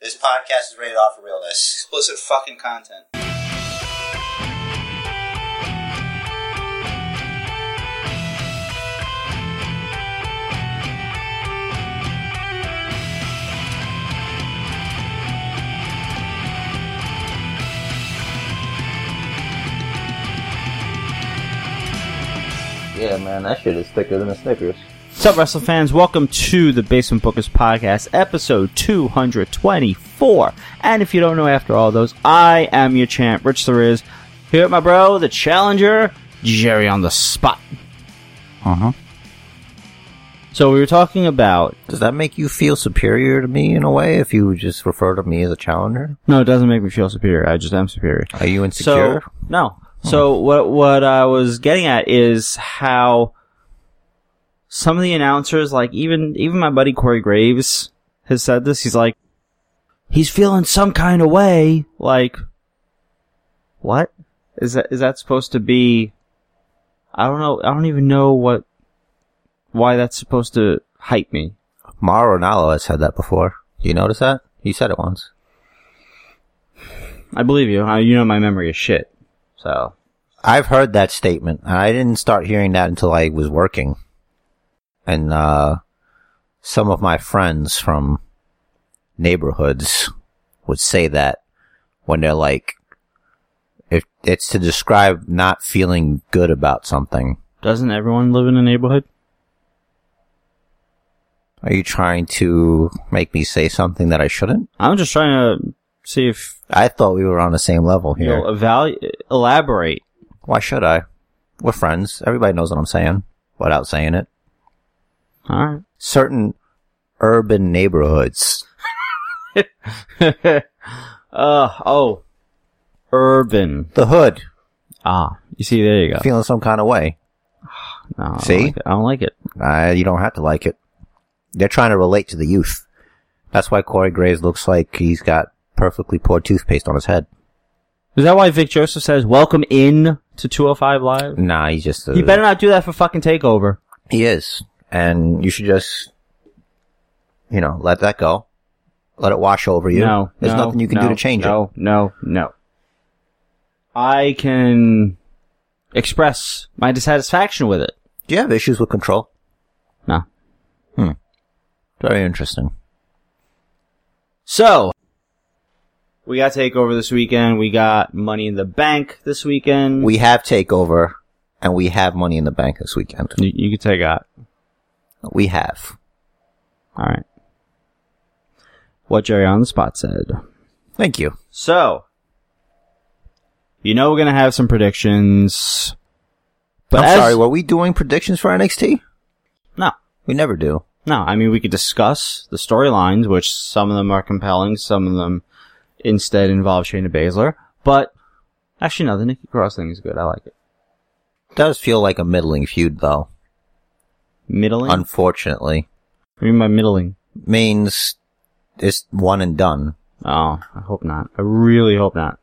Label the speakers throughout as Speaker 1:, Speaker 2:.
Speaker 1: This podcast is rated off for realness.
Speaker 2: Explicit fucking content.
Speaker 3: Yeah, man, that shit is thicker than a Snickers.
Speaker 4: What's up, wrestling fans? Welcome to the Basement Bookers Podcast, episode 224. And if you don't know after all those, I am your champ, Rich the Riz. Here at my bro, the challenger, Jerry on the spot.
Speaker 3: Uh huh.
Speaker 4: So we were talking about.
Speaker 3: Does that make you feel superior to me in a way if you just refer to me as a challenger?
Speaker 4: No, it doesn't make me feel superior. I just am superior.
Speaker 3: Are you insecure?
Speaker 4: So no. So what what I was getting at is how some of the announcers, like even even my buddy Corey Graves, has said this. He's like, he's feeling some kind of way. Like, what is that? Is that supposed to be? I don't know. I don't even know what why that's supposed to hype me.
Speaker 3: Mauro Ranallo has said that before. Do you notice that? He said it once.
Speaker 4: I believe you. I, you know my memory is shit. So
Speaker 3: I've heard that statement, and I didn't start hearing that until I was working. And uh, some of my friends from neighborhoods would say that when they're like, if it's to describe not feeling good about something.
Speaker 4: doesn't everyone live in a neighborhood?
Speaker 3: Are you trying to make me say something that I shouldn't?
Speaker 4: I'm just trying to see if
Speaker 3: I thought we were on the same level
Speaker 4: you
Speaker 3: here.
Speaker 4: know, evalu- elaborate.
Speaker 3: Why should I? We're friends. Everybody knows what I'm saying without saying it.
Speaker 4: All
Speaker 3: Certain urban neighborhoods.
Speaker 4: right. uh, oh, urban.
Speaker 3: The hood.
Speaker 4: Ah, you see, there you go.
Speaker 3: Feeling some kind of way.
Speaker 4: No, I don't
Speaker 3: See?
Speaker 4: like it. I don't like it.
Speaker 3: Uh, you don't have to like it. They're trying to relate to the youth. That's why Corey Graves looks like he's got perfectly poured toothpaste on his head.
Speaker 4: Is that why Vic Joseph says "Welcome in to 205 Live"?
Speaker 3: Nah, he's just a,
Speaker 4: He better not do that for fucking Takeover.
Speaker 3: He is. And you should just, you know, let that go. Let it wash over you.
Speaker 4: No,
Speaker 3: There's
Speaker 4: no,
Speaker 3: nothing you can do
Speaker 4: no,
Speaker 3: to change it.
Speaker 4: No, no, no. I can express my dissatisfaction with it.
Speaker 3: Do you have issues with control?
Speaker 4: No.
Speaker 3: Very interesting.
Speaker 4: So, we got Takeover this weekend. We got Money in the Bank this weekend.
Speaker 3: We have Takeover, and we have Money in the Bank this weekend.
Speaker 4: you, you can take out.
Speaker 3: We have.
Speaker 4: All right. What Jerry on the spot said.
Speaker 3: Thank you.
Speaker 4: So, you know we're gonna have some predictions. But
Speaker 3: I'm
Speaker 4: as-
Speaker 3: sorry, were we doing predictions for NXT?
Speaker 4: No,
Speaker 3: We never do.
Speaker 4: no. I mean, we could discuss the storylines, which some of them are compelling, some of them instead involve Shayna Baszler. But actually, no. The Nikki Cross thing is good. I like it.
Speaker 3: Does feel like a middling feud, though.
Speaker 4: Middling.
Speaker 3: Unfortunately,
Speaker 4: what do you mean by middling?
Speaker 3: means it's one and done.
Speaker 4: Oh, I hope not. I really hope not.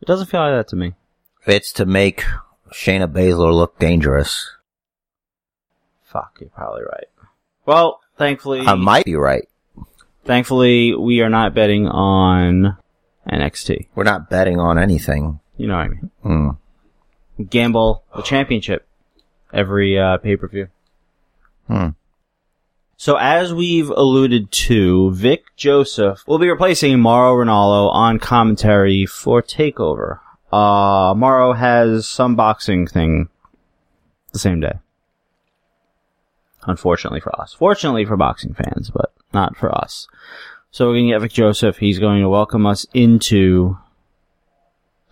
Speaker 4: It doesn't feel like that to me.
Speaker 3: It's to make Shayna Baszler look dangerous.
Speaker 4: Fuck, you're probably right. Well, thankfully,
Speaker 3: I might be right.
Speaker 4: thankfully we are not betting on NXT.
Speaker 3: We're not betting on anything.
Speaker 4: You know what I mean?
Speaker 3: Hmm.
Speaker 4: Gamble the championship every uh, pay per view.
Speaker 3: Hmm.
Speaker 4: So as we've alluded to, Vic Joseph will be replacing Mauro Ranallo on commentary for Takeover. Uh, Mauro has some boxing thing the same day. Unfortunately for us. Fortunately for boxing fans, but not for us. So we're going to get Vic Joseph. He's going to welcome us into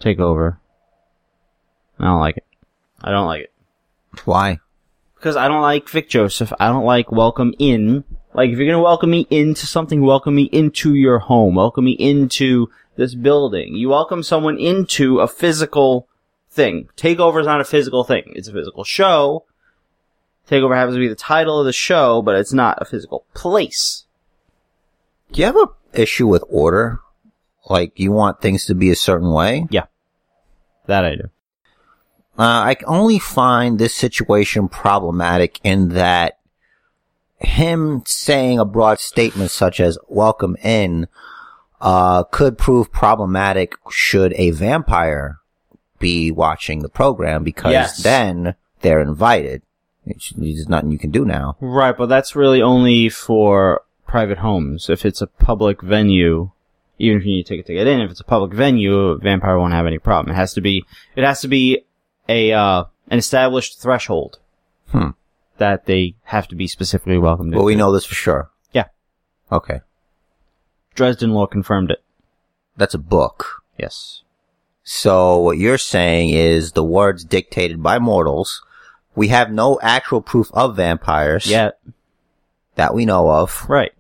Speaker 4: Takeover. I don't like it. I don't like it
Speaker 3: Why?
Speaker 4: because I don't like Vic Joseph. I don't like welcome in. Like if you're gonna welcome me into something, welcome me into your home. Welcome me into this building. You welcome someone into a physical thing. Takeover is not a physical thing. It's a physical show. Takeover happens to be the title of the show, but it's not a physical place.
Speaker 3: Do you have a issue with order? Like you want things to be a certain way?
Speaker 4: That I do.
Speaker 3: Uh, I only find this situation problematic in that him saying a broad statement such as "welcome in" uh, could prove problematic should a vampire be watching the program because
Speaker 4: Yes.
Speaker 3: then they're invited. It's- There's nothing you can do now.
Speaker 4: Right, but that's really only for private homes. If it's a public venue, even if you need a ticket to get in, if it's a public venue, a vampire won't have any problem. It has to be it has to be a uh, an established threshold
Speaker 3: Hmm.
Speaker 4: that they have to be specifically welcomed.
Speaker 3: But we
Speaker 4: into.
Speaker 3: know this for sure.
Speaker 4: Yeah.
Speaker 3: Okay.
Speaker 4: Dresden law confirmed it.
Speaker 3: That's a book.
Speaker 4: Yes.
Speaker 3: So what you're saying is the words dictated by mortals. We have no actual proof of vampires
Speaker 4: Yeah.
Speaker 3: that we know of.
Speaker 4: Right.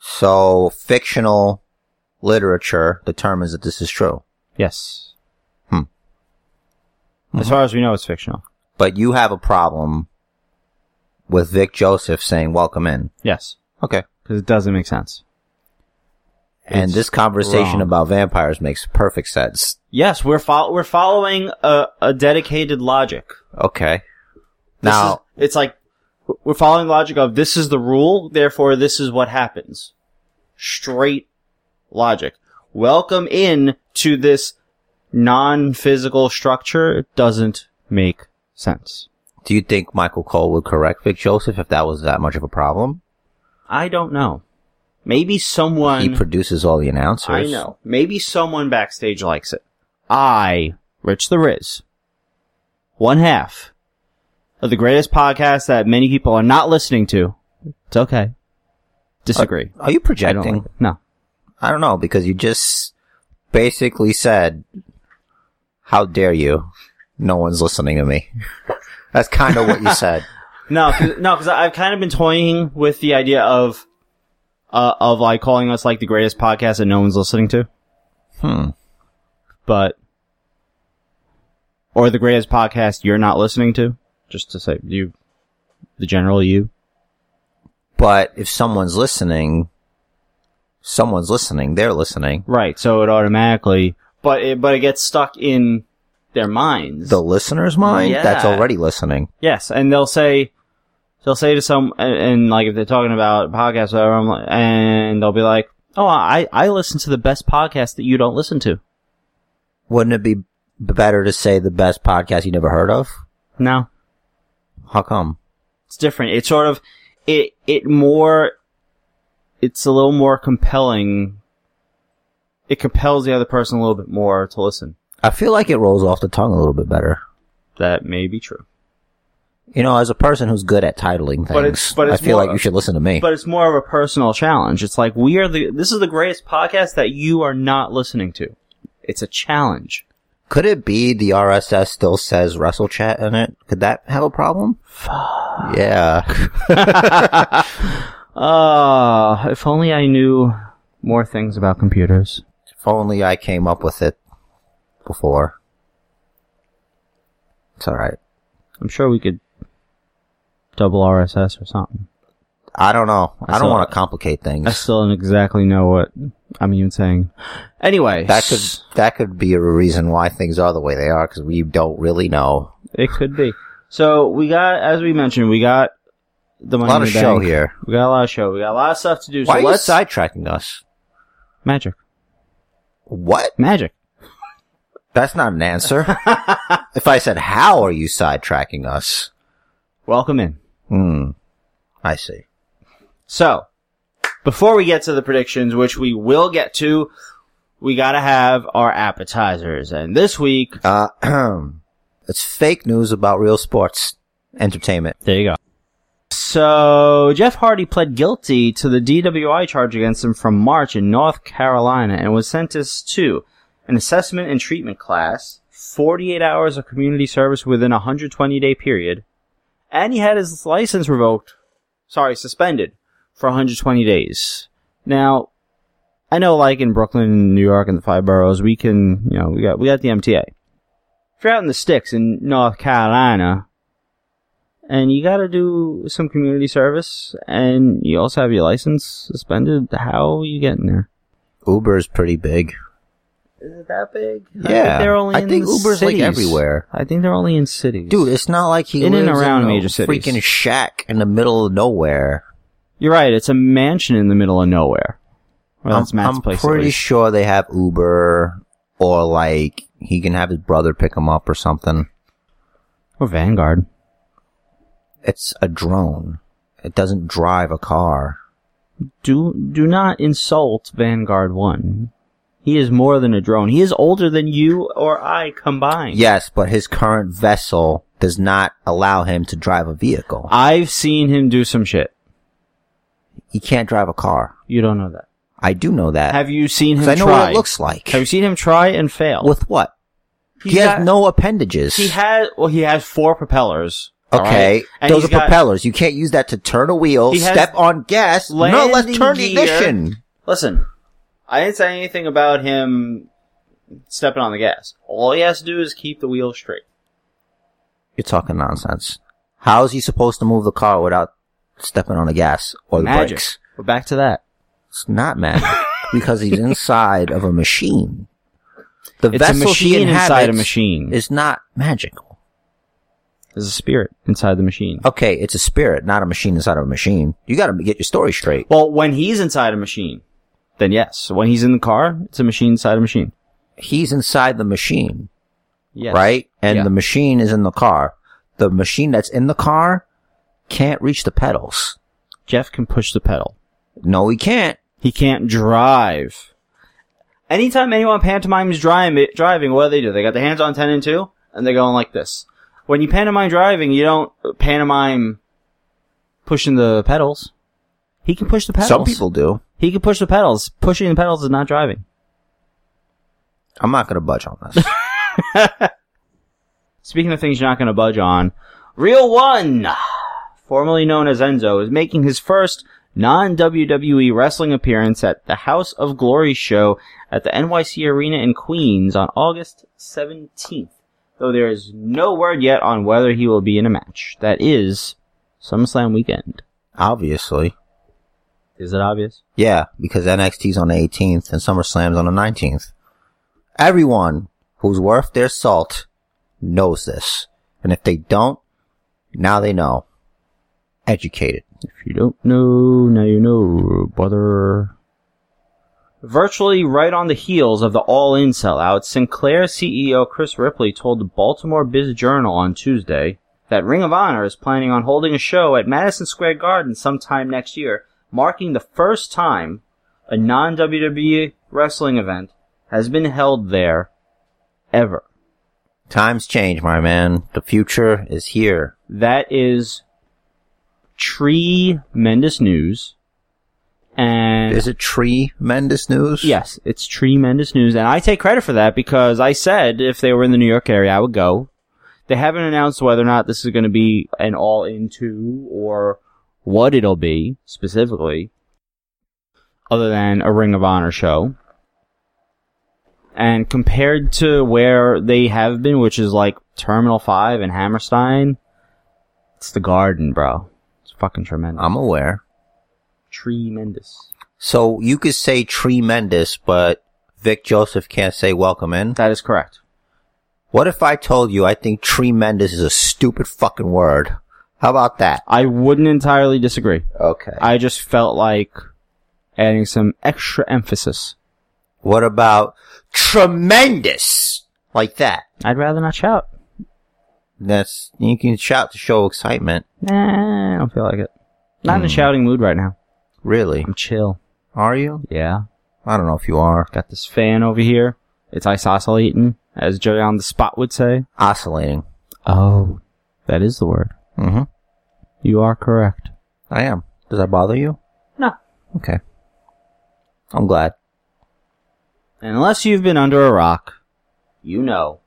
Speaker 3: So fictional literature determines that this is true.
Speaker 4: Yes.
Speaker 3: Hmm. Mm-hmm.
Speaker 4: As far as we know, it's fictional.
Speaker 3: But you have a problem with Vic Joseph saying welcome in.
Speaker 4: Yes,
Speaker 3: Okay.
Speaker 4: because it doesn't make sense.
Speaker 3: And
Speaker 4: It's
Speaker 3: this conversation
Speaker 4: wrong.
Speaker 3: about vampires makes perfect sense.
Speaker 4: Yes, we're fol- we're following a, a dedicated logic.
Speaker 3: Okay.
Speaker 4: This
Speaker 3: now,
Speaker 4: is, it's like we're following the logic of this is the rule, therefore this is what happens. Straight logic. Welcome in to this non-physical structure It doesn't make sense.
Speaker 3: do you think Michael Cole would correct Vic Joseph if that was that much of a problem?
Speaker 4: I don't know. Maybe someone
Speaker 3: he produces all the
Speaker 4: I
Speaker 3: announcers.
Speaker 4: know. Maybe someone backstage likes it. I, Rich the Riz, one half of the greatest podcast that many people are not listening to. It's okay. Disagree.
Speaker 3: Are you
Speaker 4: I don't
Speaker 3: projecting?
Speaker 4: like it. No.
Speaker 3: I don't know because you just basically said, "How dare you? No one's listening to me." That's kind of what you said.
Speaker 4: No, cause, no, because I've kind of been toying with the idea of, uh, of like calling us like the greatest podcast that no one's listening to,
Speaker 3: Hmm.
Speaker 4: but, or the greatest podcast you're not listening to, just to say you, the general you.
Speaker 3: But if someone's listening, someone's listening. They're listening.
Speaker 4: Right, so it automatically, but it but it gets stuck in their minds.
Speaker 3: The listener's mind
Speaker 4: Yeah.
Speaker 3: that's already listening.
Speaker 4: yes, and they'll say, they'll say to some, and, and like if they're talking about podcasts, or whatever, I'm like, and they'll be like, "Oh, I I listen to the best podcast that you don't listen to."
Speaker 3: Wouldn't it be b- better to say the best podcast you never heard of?
Speaker 4: No,
Speaker 3: How come?
Speaker 4: it's different. It's sort of it it more, it's a little more compelling. It compels the other person a little bit more to listen.
Speaker 3: I feel like it rolls off the tongue a little bit better.
Speaker 4: That may be true.
Speaker 3: You know, as a person who's good at titling things,
Speaker 4: But it's- but it's
Speaker 3: I feel
Speaker 4: more-
Speaker 3: like you should listen to me.
Speaker 4: but it's more of a personal challenge. It's like we are the this is the greatest podcast that you are not listening to. It's a challenge.
Speaker 3: Could it be the RSS still says WrestleChat in it? Could that have a problem? Yeah.
Speaker 4: Ah, if only I knew more things about computers.
Speaker 3: if only I came up with it before. It's alright.
Speaker 4: I'm sure we could double RSS or something.
Speaker 3: I don't know. I,
Speaker 4: I
Speaker 3: don't
Speaker 4: saw-
Speaker 3: want to complicate
Speaker 4: I
Speaker 3: things.
Speaker 4: still don't exactly know what I'm even saying. Anyway,
Speaker 3: That could that could be a reason why things are the way they are because we don't really know.
Speaker 4: it could be. So we got, as we mentioned, we got the
Speaker 3: A
Speaker 4: money
Speaker 3: lot
Speaker 4: in
Speaker 3: of
Speaker 4: the
Speaker 3: show
Speaker 4: Bank.
Speaker 3: here.
Speaker 4: We got a lot of show. We got a lot of stuff to do.
Speaker 3: Why
Speaker 4: so
Speaker 3: are you
Speaker 4: let's
Speaker 3: sidetracking us?
Speaker 4: magic,
Speaker 3: What?
Speaker 4: magic.
Speaker 3: That's not an answer. if I said, "How are you sidetracking us?"
Speaker 4: Welcome in.
Speaker 3: Hmm. I see.
Speaker 4: So, before we get to the predictions, which we will get to, we gotta have our appetizers. And this week,
Speaker 3: Uh, it's fake news about real sports entertainment.
Speaker 4: there you go. So, Jeff Hardy pled guilty to the DWI charge against him from March in North Carolina and was sentenced to an assessment and treatment class, 48 hours of community service within a 120 day period, and he had his license revoked, sorry, suspended for 120 days. Now, I know, like in Brooklyn and New York and the five boroughs, we can, you know, we got we got the MTA. If you're out in the sticks in North Carolina, and you got to do some community service, and you also have your license suspended, how are you getting there?
Speaker 3: Uber's pretty big.
Speaker 4: Is it that big? I
Speaker 3: yeah,
Speaker 4: think they're only.
Speaker 3: I
Speaker 4: in
Speaker 3: think Uber's like
Speaker 4: cities.
Speaker 3: everywhere.
Speaker 4: I think they're only in cities,
Speaker 3: Dude, it's not like he
Speaker 4: In and
Speaker 3: lives
Speaker 4: around
Speaker 3: in a
Speaker 4: major cities.
Speaker 3: freaking shack in the middle of nowhere.
Speaker 4: You're right. It's a mansion in the middle of nowhere. Well, that's Matt's
Speaker 3: I'm
Speaker 4: place. at
Speaker 3: pretty
Speaker 4: least.
Speaker 3: sure they have Uber or like he can have his brother pick him up or something.
Speaker 4: or Vanguard.
Speaker 3: It's a drone. It doesn't drive a car.
Speaker 4: Do do not insult Vanguard One. He is more than a drone. He is older than you or I combined.
Speaker 3: Yes, but his current vessel does not allow him to drive a vehicle.
Speaker 4: I've seen him do some shit.
Speaker 3: He can't drive a car.
Speaker 4: You don't know that.
Speaker 3: I do know that.
Speaker 4: Have you seen him?
Speaker 3: 'Cause I know
Speaker 4: try?
Speaker 3: what it looks like.
Speaker 4: Have you seen him try and fail?
Speaker 3: With what?
Speaker 4: He's
Speaker 3: he has
Speaker 4: got-
Speaker 3: no appendages.
Speaker 4: He has. Well, he has four propellers. all
Speaker 3: Okay,
Speaker 4: right? And
Speaker 3: those are
Speaker 4: he's got-
Speaker 3: propellers. You can't use that to turn a wheel,
Speaker 4: He has
Speaker 3: step on gas. No, let's
Speaker 4: landing
Speaker 3: turn the
Speaker 4: gear.
Speaker 3: ignition.
Speaker 4: Listen, I didn't say anything about him stepping on the gas. All he has to do is keep the wheel straight.
Speaker 3: You're talking nonsense. How is he supposed to move the car without stepping on the gas or the
Speaker 4: Magic.
Speaker 3: brakes?
Speaker 4: We're back to that.
Speaker 3: It's not magic because he's inside of a machine. The
Speaker 4: It's a
Speaker 3: vessel he
Speaker 4: machine inside a
Speaker 3: inhabits
Speaker 4: machine.
Speaker 3: is not magical.
Speaker 4: There's a spirit inside the machine.
Speaker 3: Okay, it's a spirit, not a machine inside of a machine. You got to get your story straight.
Speaker 4: Well, when he's inside a machine, then yes. When he's in the car, it's a machine inside a machine.
Speaker 3: He's inside the machine.
Speaker 4: Yes.
Speaker 3: right? And
Speaker 4: Yeah.
Speaker 3: the machine is in the car. The machine that's in the car can't reach the pedals.
Speaker 4: Jeff can push the pedal.
Speaker 3: No, he can't.
Speaker 4: He can't drive. Anytime anyone pantomimes driving, driving, what do they do? They got their hands on 10 and 2, and they're going like this. When you pantomime driving, you don't pantomime pushing the pedals. He can push the pedals.
Speaker 3: Some people do.
Speaker 4: He can push the pedals. Pushing the pedals is not driving.
Speaker 3: I'm not going to budge on this.
Speaker 4: Speaking of things you're not going to budge on, Real One, formerly known as Enzo, is making his first non WWE wrestling appearance at the House of Glory show at the NYC Arena in Queens on August 17th, though there is no word yet on whether he will be in a match. That is SummerSlam weekend.
Speaker 3: Obviously.
Speaker 4: Is it obvious?
Speaker 3: Yeah, because NXT's on the 18th and SummerSlam's on the 19th. Everyone who's worth their salt knows this. And if they don't, now they know. Educated.
Speaker 4: If you don't know, now you know, brother. Virtually right on the heels of the all in sellout, Sinclair CEO Chris Ripley told the Baltimore Biz Journal on Tuesday that Ring of Honor is planning on holding a show at Madison Square Garden sometime next year, marking the first time a non WWE wrestling event has been held there ever.
Speaker 3: Times change, my man. The future is here.
Speaker 4: that is tremendous news. And
Speaker 3: Is it tremendous news?
Speaker 4: yes, it's tremendous news. And I take credit for that because I said if they were in the New York area, I would go. They haven't announced whether or not this is going to be an all into or what it'll be specifically, other than a Ring of Honor show. And compared to where they have been, which is like Terminal 5 and Hammerstein, it's the garden, bro. It's fucking tremendous.
Speaker 3: I'm aware.
Speaker 4: tremendous.
Speaker 3: So you could say tremendous, but Vic Joseph can't say welcome in.
Speaker 4: That is correct.
Speaker 3: What if I told you I think tremendous is a stupid fucking word? How about that?
Speaker 4: I wouldn't entirely disagree.
Speaker 3: Okay.
Speaker 4: I just felt like adding some extra emphasis.
Speaker 3: What about tremendous? Like that.
Speaker 4: I'd rather not shout.
Speaker 3: That's, you can shout to show excitement.
Speaker 4: Nah, I don't feel like it. Not in a shouting mood right now.
Speaker 3: Really?
Speaker 4: I'm chill.
Speaker 3: Are you?
Speaker 4: Yeah.
Speaker 3: I don't know if you are.
Speaker 4: Got this fan over here. It's isosceling, as Joey on the spot would say.
Speaker 3: Oscillating.
Speaker 4: Oh, that is the word.
Speaker 3: Mm-hmm.
Speaker 4: You are correct.
Speaker 3: I am. Does that bother you?
Speaker 4: No.
Speaker 3: Okay. I'm glad.
Speaker 4: And unless you've been under a rock, you know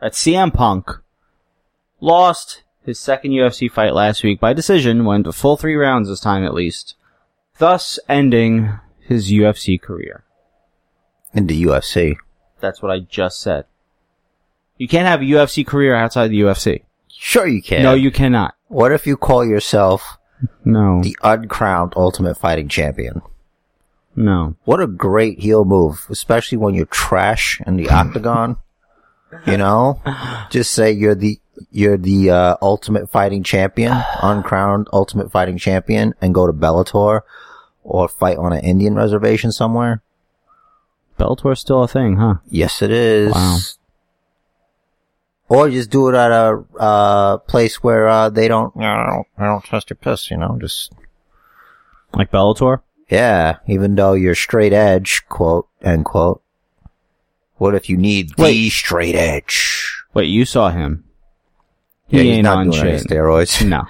Speaker 4: that CM Punk lost his second UFC fight last week by decision, went the full three rounds this time at least, thus ending his UFC career.
Speaker 3: In the UFC.
Speaker 4: That's what I just said. You can't have a UFC career outside the UFC.
Speaker 3: Sure you can.
Speaker 4: No, you cannot.
Speaker 3: What if you call yourself
Speaker 4: No.
Speaker 3: the uncrowned Ultimate Fighting Champion?
Speaker 4: No.
Speaker 3: What a great heel move, especially when you're trash in the octagon. You know, just say you're the you're the uh, ultimate fighting champion, uncrowned ultimate fighting champion, and go to Bellator or fight on an Indian reservation somewhere.
Speaker 4: Bellator's still a thing, huh?
Speaker 3: Yes, it is.
Speaker 4: Wow.
Speaker 3: Or just do it at a uh, place where uh, they don't, I don't, I don't trust your piss. You know, just
Speaker 4: Like Bellator?
Speaker 3: yeah. Even though you're straight edge, quote end quote. What if you need the
Speaker 4: Wait.
Speaker 3: straight edge?
Speaker 4: Wait, you saw him.
Speaker 3: Yeah,
Speaker 4: he
Speaker 3: he's
Speaker 4: ain't
Speaker 3: not
Speaker 4: on
Speaker 3: doing any
Speaker 4: shit.
Speaker 3: steroids.
Speaker 4: No,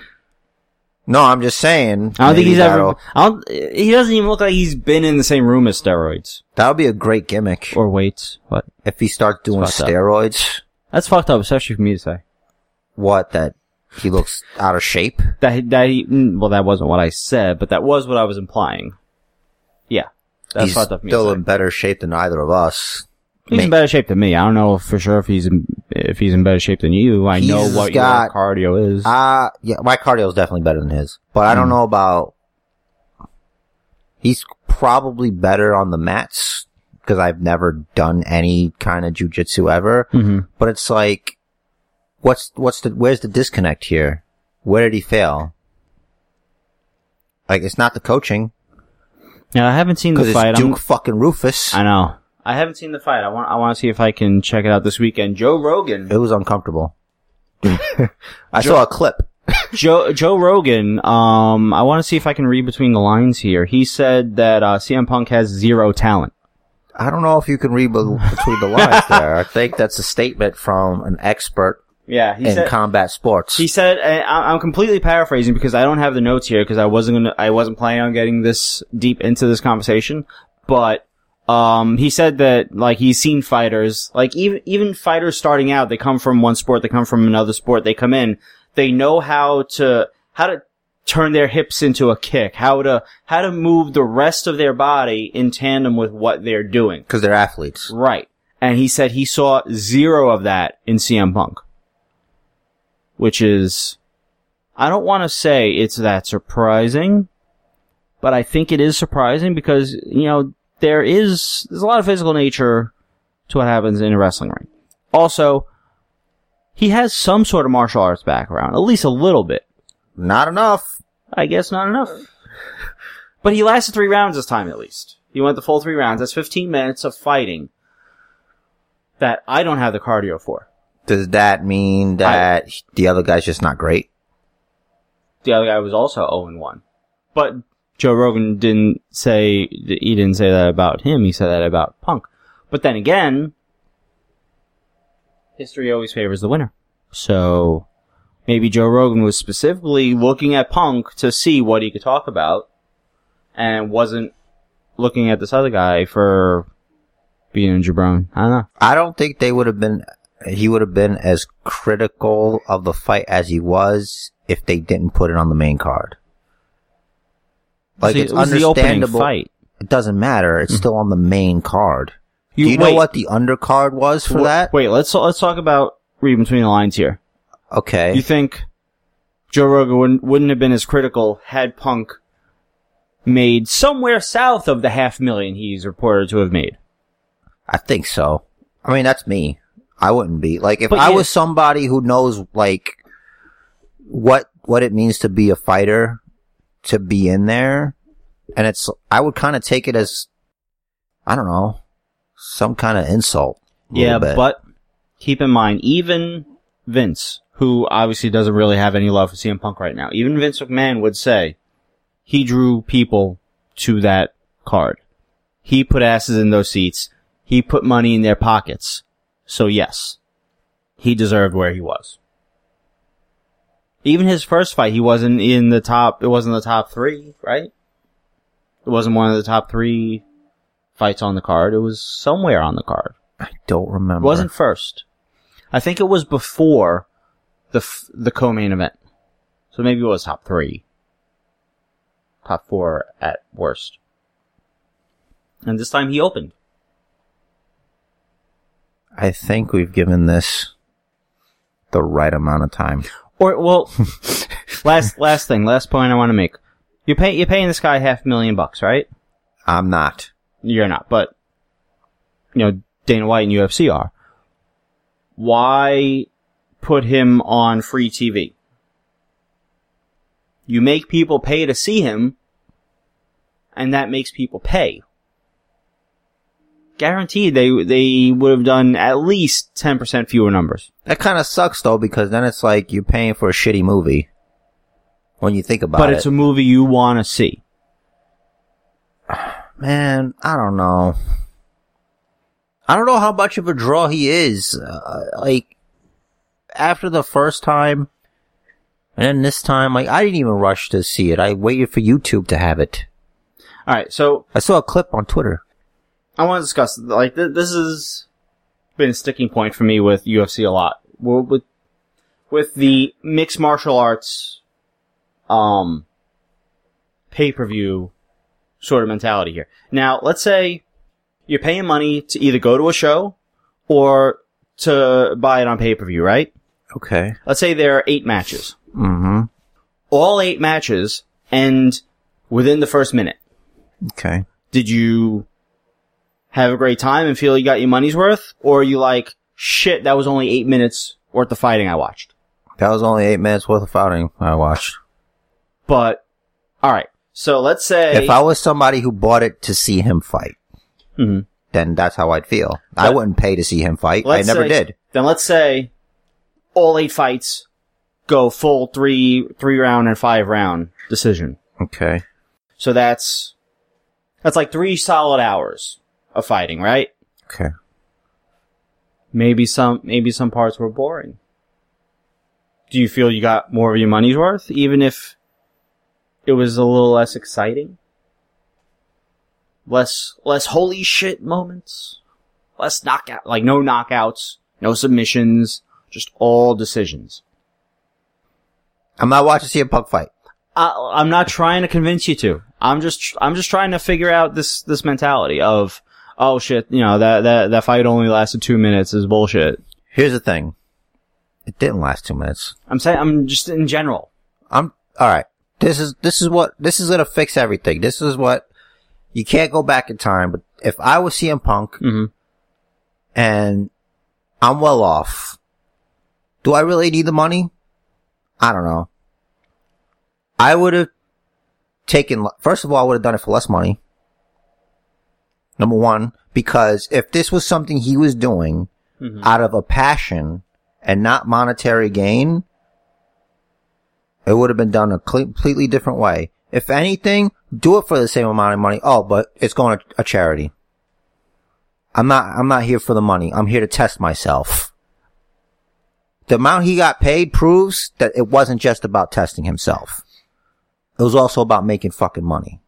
Speaker 3: no, I'm just saying.
Speaker 4: I don't think
Speaker 3: maybe
Speaker 4: he's ever.
Speaker 3: that'll-
Speaker 4: I don't, he doesn't even look like he's been in the same room as steroids
Speaker 3: That would be a great gimmick
Speaker 4: or weights. What?
Speaker 3: if he starts doing
Speaker 4: fucked up.
Speaker 3: steroids.
Speaker 4: That's fucked up, especially for me to say.
Speaker 3: What that he looks out of shape.
Speaker 4: That he- that he, mm, well, that wasn't what I said, but that was what I was implying. Yeah, that's
Speaker 3: he's
Speaker 4: fucked up. for me to
Speaker 3: still
Speaker 4: say.
Speaker 3: in better shape than either of us.
Speaker 4: he's in
Speaker 3: ma-
Speaker 4: better shape than me. I don't know for sure if he's in if he's in better shape than you. I know
Speaker 3: He's
Speaker 4: what
Speaker 3: got-
Speaker 4: your cardio is.
Speaker 3: Uh yeah, my cardio is definitely better than his, but I
Speaker 4: Hmm.
Speaker 3: don't know about. He's probably better on the mats because I've never done any kind of jujitsu ever.
Speaker 4: hmm
Speaker 3: But it's like, what's what's the where's the disconnect here? Where did he fail? Like it's not the coaching
Speaker 4: Now I haven't seen the
Speaker 3: because
Speaker 4: fight.
Speaker 3: it's Duke
Speaker 4: I'm-
Speaker 3: fucking Rufus.
Speaker 4: I know. I haven't seen the fight. I want. I want to see if I can check it out this weekend. Joe Rogan.
Speaker 3: it was uncomfortable. I saw a clip.
Speaker 4: Joe Joe Rogan. Um, I want to see if I can read between the lines here. He said that uh, CM Punk has zero talent.
Speaker 3: I don't know if you can read be- between the lines there. I think that's a statement from an expert
Speaker 4: Yeah, he
Speaker 3: in
Speaker 4: said.
Speaker 3: combat sports.
Speaker 4: he said, and I- I'm completely paraphrasing because I don't have the notes here because I wasn't gonna, I wasn't planning on getting this deep into this conversation. But um, he said that like he's seen fighters, like even even fighters starting out, they come from one sport, they come from another sport, they come in, they know how to how to turn their hips into a kick, how to how to move the rest of their body in tandem with what they're doing.
Speaker 3: Because they're athletes.
Speaker 4: Right. And he said he saw zero of that in CM Punk. Which is, I don't want to say it's that surprising, but I think it is surprising because, you know, there is, there's a lot of physical nature to what happens in a wrestling ring. Also, he has some sort of martial arts background, at least a little bit.
Speaker 3: Not enough.
Speaker 4: I guess not enough. But he lasted three rounds this time, at least. He went the full three rounds. That's 15 minutes of fighting that I don't have the cardio for.
Speaker 3: Does that mean that the other guy's just not great?
Speaker 4: The other guy was also 0 1. But Joe Rogan didn't say, he didn't say that about him. He said that about Punk. But then again, history always favors the winner. So maybe Joe Rogan was specifically looking at Punk to see what he could talk about and wasn't looking at this other guy for being a jabron. I don't know.
Speaker 3: I don't think they would have been, he would have been as critical of the fight as he was if they didn't put it on the main card. Like,
Speaker 4: See,
Speaker 3: it's
Speaker 4: it was the opening
Speaker 3: understandable.
Speaker 4: fight. Mm-hmm.
Speaker 3: It doesn't matter. It's still on the main card. Do you know
Speaker 4: wait,
Speaker 3: what the undercard was for
Speaker 4: wh-
Speaker 3: that?
Speaker 4: Wait, let's let's talk about read between the lines here.
Speaker 3: Okay.
Speaker 4: You think Joe Rogan wouldn't, wouldn't have been as critical had Punk made somewhere south of the half million he's reported to have made?
Speaker 3: I think so. I mean, that's me. I wouldn't be like if
Speaker 4: But
Speaker 3: I
Speaker 4: yeah.
Speaker 3: was somebody who knows like what what it means to be a fighter, to be in there, and it's I would kind of take it as I don't know some kind of insult. a little
Speaker 4: Yeah,
Speaker 3: bit.
Speaker 4: but keep in mind, even Vince, who obviously doesn't really have any love for CM Punk right now, even Vince McMahon would say he drew people to that card. He put asses in those seats. He put money in their pockets. So yes, he deserved where he was. Even his first fight, he wasn't in the top, it wasn't the top three, right? It wasn't one of the top three fights on the card. It was somewhere on the card.
Speaker 3: I don't remember.
Speaker 4: It wasn't first. I think it was before the f- the co-main event. So maybe it was top three, top four at worst. And this time he opened.
Speaker 3: I think we've given this the right amount of time.
Speaker 4: Or well, last last thing, last point I want to make. You pay you're paying this guy half a million bucks, right?
Speaker 3: I'm not.
Speaker 4: You're not, but you know Dana White and UFC are. Why put him on free TV? You make people pay to see him, and that makes people pay. Guaranteed, they they would have done at least ten percent fewer numbers.
Speaker 3: That kind of sucks though, because then it's like you're paying for a shitty movie when you think about
Speaker 4: but
Speaker 3: it.
Speaker 4: it's a movie you want to see.
Speaker 3: Man, I don't know. I don't know how much of a draw he is. Uh, like, after the first time, and then this time, like, I didn't even rush to see it. I waited for YouTube to have it.
Speaker 4: All right, so
Speaker 3: I saw a clip on Twitter.
Speaker 4: I want to discuss like th- this has been a sticking point for me with UFC a lot Well, with with the mixed martial arts um pay per view sort of mentality here. Now, let's say you're paying money to either go to a show or to buy it on pay per view, right?
Speaker 3: Okay.
Speaker 4: Let's say there are eight matches,
Speaker 3: hmm
Speaker 4: all eight matches end within the first minute.
Speaker 3: Okay.
Speaker 4: Did you have a great time and feel you got your money's worth? Or are you like, shit, that was only eight minutes worth of fighting I watched?
Speaker 3: That was only eight minutes worth of fighting I watched.
Speaker 4: But, alright. So let's say.
Speaker 3: If I was somebody who bought it to see him fight,
Speaker 4: Mhm.
Speaker 3: then that's how I'd feel. I
Speaker 4: Let-
Speaker 3: wouldn't pay to see him fight. I
Speaker 4: let's
Speaker 3: never
Speaker 4: say-
Speaker 3: did.
Speaker 4: Then let's say all eight fights go full three, three round and five round decision.
Speaker 3: Okay.
Speaker 4: So that's, that's like three solid hours of fighting, right?
Speaker 3: Okay.
Speaker 4: Maybe some, maybe some parts were boring. Do you feel you got more of your money's worth, even if it was a little less exciting? Less, less holy shit moments? Less knockout, like no knockouts, no submissions, just all decisions.
Speaker 3: I'm not watching to see a pug fight.
Speaker 4: I, I'm not trying to convince you to. I'm just, I'm just trying to figure out this, this mentality of, oh shit, you know, that, that, that fight only lasted two minutes is bullshit.
Speaker 3: Here's the thing. It didn't last two minutes.
Speaker 4: I'm saying, I'm just in general.
Speaker 3: I'm all right. This is this is what this is gonna fix everything. This is what you can't go back in time. But if I was CM Punk
Speaker 4: Mm-hmm.
Speaker 3: and I'm well off, do I really need the money? I don't know. I would have taken le- first of all, I would have done it for less money. Number one, because if this was something he was doing
Speaker 4: Mhm.
Speaker 3: out of a passion and not monetary gain, it would have been done a cle- completely different way. If anything, do it for the same amount of money. Oh, but it's going to a charity. I'm not, I'm not here for the money. I'm here to test myself. The amount he got paid proves that it wasn't just about testing himself. It was also about making fucking money.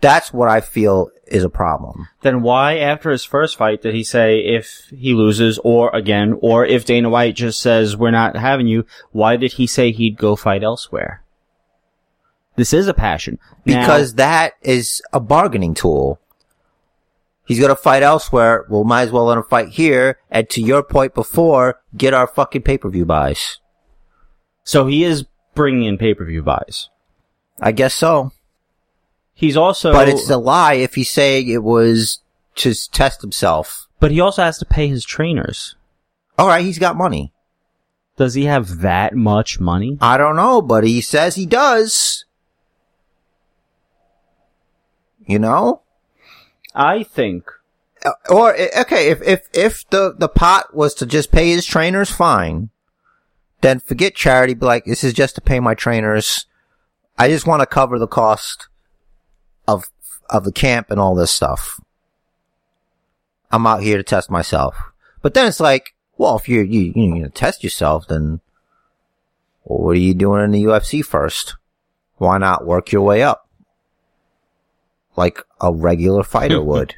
Speaker 3: That's what I feel is a problem.
Speaker 4: Then why, after his first fight, did he say if he loses or again, or if Dana White just says we're not having you? Why did he say he'd go fight elsewhere? This is a passion Now-
Speaker 3: because that is a bargaining tool. He's gonna fight elsewhere. Well, might as well let him fight here. And to your point before, get our fucking pay per view buys.
Speaker 4: so he is bringing in pay per view buys.
Speaker 3: I guess so.
Speaker 4: He's also,
Speaker 3: but it's a lie if he's saying it was to test himself.
Speaker 4: but he also has to pay his trainers.
Speaker 3: All right, he's got money.
Speaker 4: Does he have that much money?
Speaker 3: I don't know, but he says he does. You know.
Speaker 4: I think
Speaker 3: Uh, or i- okay, if if if the the pot was to just pay his trainers, fine. Then forget charity. Be like, this is just to pay my trainers. I just want to cover the cost of of the camp and all this stuff. I'm out here to test myself. But then it's like, well, if you're you you know, test yourself, then well, what are you doing in the UFC first? Why not work your way up like a regular fighter would?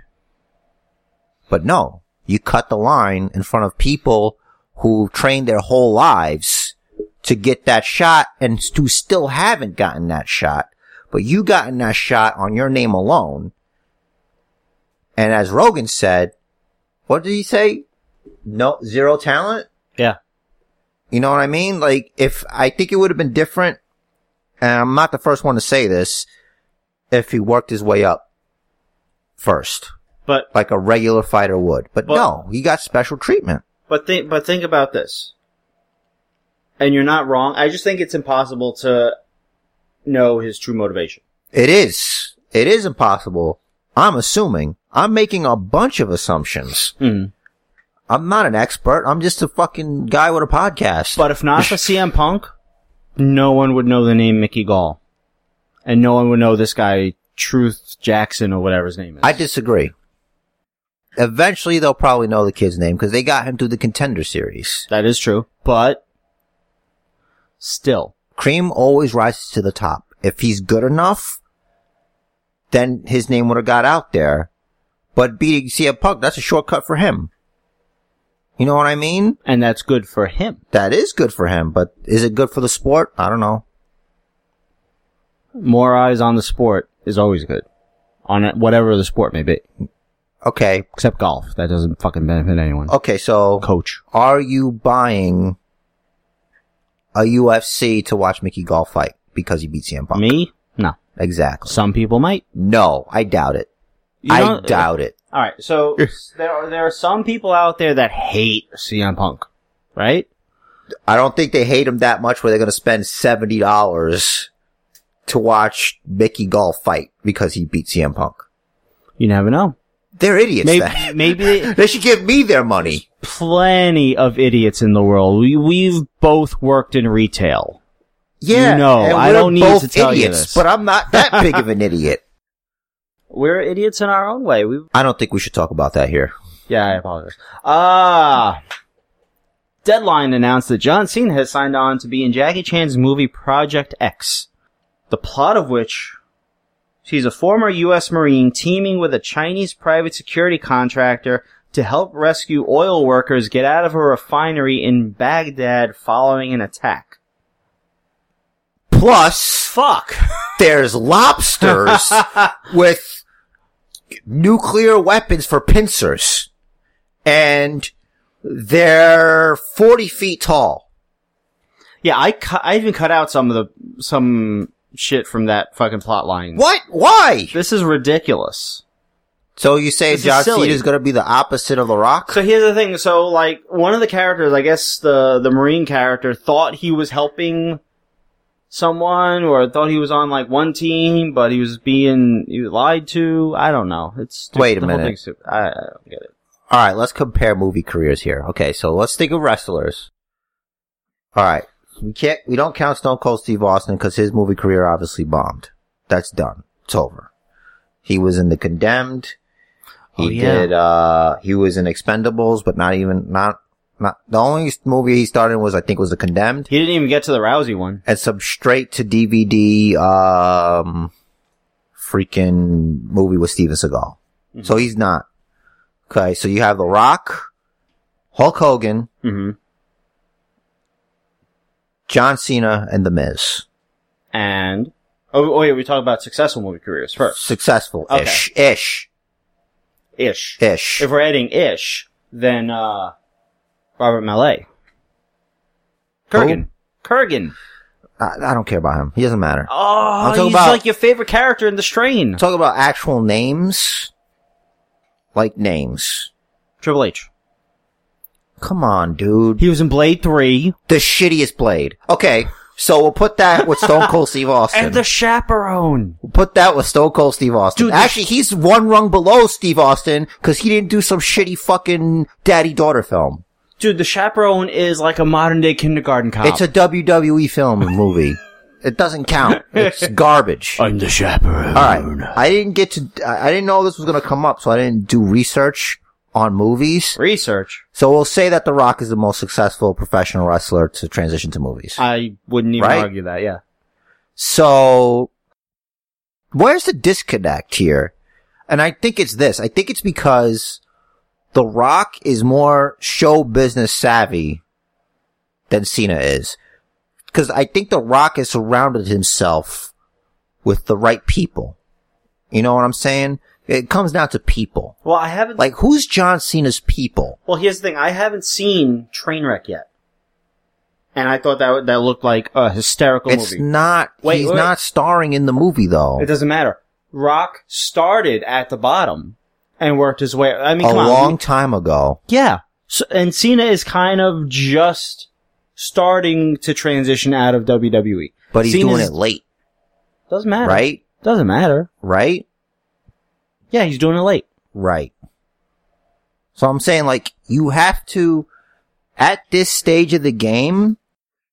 Speaker 3: But no, you cut the line in front of people who trained their whole lives to get that shot and who still haven't gotten that shot. But you gotten that shot on your name alone. And as Rogan said, what did he say? No, zero talent?
Speaker 4: Yeah.
Speaker 3: You know what I mean? Like, if I think it would have been different, and I'm not the first one to say this, if he worked his way up first
Speaker 4: But
Speaker 3: like a regular fighter would. But,
Speaker 4: But-
Speaker 3: no, he got special treatment.
Speaker 4: But think, but think about this. And you're not wrong. I just think it's impossible to know his true motivation.
Speaker 3: It is. It is impossible. I'm assuming. I'm making a bunch of assumptions.
Speaker 4: Mm.
Speaker 3: I'm not an expert. I'm just a fucking guy with a podcast.
Speaker 4: But if not for CM Punk, no one would know the name Mickey Gall, and no one would know this guy Truth Jackson or whatever his name is.
Speaker 3: I disagree. Eventually, they'll probably know the kid's name because they got him through the contender series.
Speaker 4: that is true, but still,
Speaker 3: Cream always rises to the top. If he's good enough, then his name would have got out there. But beating CM Punk, that's a shortcut for him. You know what I mean?
Speaker 4: and that's good for him.
Speaker 3: That is good for him, but is it good for the sport? I don't know.
Speaker 4: More eyes on the sport is always good, on it- whatever the sport may be,
Speaker 3: Okay.
Speaker 4: except golf. That doesn't fucking benefit anyone.
Speaker 3: Okay, so
Speaker 4: Coach,
Speaker 3: are you buying a UFC to watch Mickey Gall fight because he beat CM Punk?
Speaker 4: me? No.
Speaker 3: Exactly.
Speaker 4: Some people might.
Speaker 3: No, I doubt it.
Speaker 4: You
Speaker 3: I
Speaker 4: know- uh,
Speaker 3: doubt it.
Speaker 4: All right, so there are there are some people out there that hate CM Punk, right?
Speaker 3: I don't think they hate him that much where they're going to spend seventy dollars to watch Mickey Gall fight because he beat CM Punk.
Speaker 4: You never know.
Speaker 3: They're idiots.
Speaker 4: Maybe
Speaker 3: then.
Speaker 4: maybe they-
Speaker 3: they should give me their money.
Speaker 4: plenty of idiots in the world. We we've both worked in retail.
Speaker 3: Yeah,
Speaker 4: know,
Speaker 3: and
Speaker 4: I
Speaker 3: we're
Speaker 4: don't need
Speaker 3: both
Speaker 4: to tell you
Speaker 3: idiots,
Speaker 4: this.
Speaker 3: but I'm not that big of an idiot.
Speaker 4: We're idiots in our own way. We
Speaker 3: I don't think we should talk about that here.
Speaker 4: yeah, I apologize. Ah. Deadline announced that John Cena has signed on to be in Jackie Chan's movie Project X, the plot of which sees a former U.S. Marine teaming with a Chinese private security contractor to help rescue oil workers get out of a refinery in Baghdad following an attack.
Speaker 3: Plus,
Speaker 4: Fuck!
Speaker 3: there's lobsters with nuclear weapons for pincers, and they're forty feet tall.
Speaker 4: Yeah, I cu- I even cut out some of the some shit from that fucking plot line.
Speaker 3: What? Why?
Speaker 4: This is ridiculous.
Speaker 3: So you say
Speaker 4: This is
Speaker 3: John
Speaker 4: silly.
Speaker 3: Cena is going to be the opposite of The Rock?
Speaker 4: So here's the thing. So like one of the characters, I guess the the marine character thought he was helping someone or thought he was on like one team, but he was being he was lied to. I don't know. It's stupid.
Speaker 3: Wait a
Speaker 4: The whole
Speaker 3: minute.
Speaker 4: thing's stupid. I, I don't get it.
Speaker 3: All right, let's compare movie careers here. Okay, so let's think of wrestlers. All right, we can't we don't count Stone Cold Steve Austin because his movie career obviously bombed. That's done. It's over. He was in The Condemned. He
Speaker 4: Oh, yeah.
Speaker 3: did. uh He was in Expendables, but not even not not the only movie he started was I think was The Condemned
Speaker 4: He didn't even get to the Rousey one.
Speaker 3: and some straight to DVD um freaking movie with Steven Seagal.
Speaker 4: Mm-hmm.
Speaker 3: So he's not. Okay, so you have The Rock, Hulk Hogan,
Speaker 4: hmm
Speaker 3: John Cena, and The Miz.
Speaker 4: And oh, oh, yeah, we talk about successful movie careers first.
Speaker 3: Successful ish, ish,
Speaker 4: Ish.
Speaker 3: ish.
Speaker 4: if we're adding ish, then uh, Robert Mallet. Kurgan. Kurgan.
Speaker 3: I, I don't care about him. He doesn't matter.
Speaker 4: Oh,
Speaker 3: talking
Speaker 4: he's
Speaker 3: about-
Speaker 4: like your favorite character in the strain.
Speaker 3: Talk about actual names, like names.
Speaker 4: Triple H.
Speaker 3: Come on, dude.
Speaker 4: He was in Blade 3.
Speaker 3: The shittiest blade. Okay, so we'll put that with Stone Cold Steve Austin.
Speaker 4: And The Chaperone.
Speaker 3: Put that with Stone Cold Steve Austin.
Speaker 4: Dude, this-
Speaker 3: Actually, he's one rung below Steve Austin because he didn't do some shitty fucking daddy daughter film.
Speaker 4: Dude, The Chaperone is like a modern day kindergarten cop.
Speaker 3: It's a WWE film and movie. it doesn't count. It's garbage. All
Speaker 4: I'm The Chaperone.
Speaker 3: right, I didn't get to. I I didn't know this was gonna come up, so I didn't do research on movies.
Speaker 4: Research.
Speaker 3: So we'll say that The Rock is the most successful professional wrestler to transition to movies.
Speaker 4: I wouldn't even
Speaker 3: Right?
Speaker 4: argue that, yeah.
Speaker 3: So, where's the disconnect here? And I think it's this. I think it's because The Rock is more show business savvy than Cena is. Cause I think The Rock has surrounded himself with the right people. You know what I'm saying? It comes down to people.
Speaker 4: Well, I haven't.
Speaker 3: Like, who's John Cena's people?
Speaker 4: well, here's the thing. I haven't seen Trainwreck yet. And I thought that that looked like a hysterical
Speaker 3: It's
Speaker 4: movie.
Speaker 3: not,
Speaker 4: Wait,
Speaker 3: he's
Speaker 4: wait.
Speaker 3: not starring in the movie though.
Speaker 4: It doesn't matter. Rock started at the bottom and worked his way. I mean,
Speaker 3: A
Speaker 4: come on.
Speaker 3: long time ago.
Speaker 4: Yeah. So, and Cena is kind of just starting to transition out of WWE.
Speaker 3: But he's
Speaker 4: Cena's-
Speaker 3: doing it late,
Speaker 4: Doesn't matter.
Speaker 3: right?
Speaker 4: Doesn't matter.
Speaker 3: right?
Speaker 4: Yeah, he's doing it late.
Speaker 3: Right. So I'm saying like you have to at this stage of the game,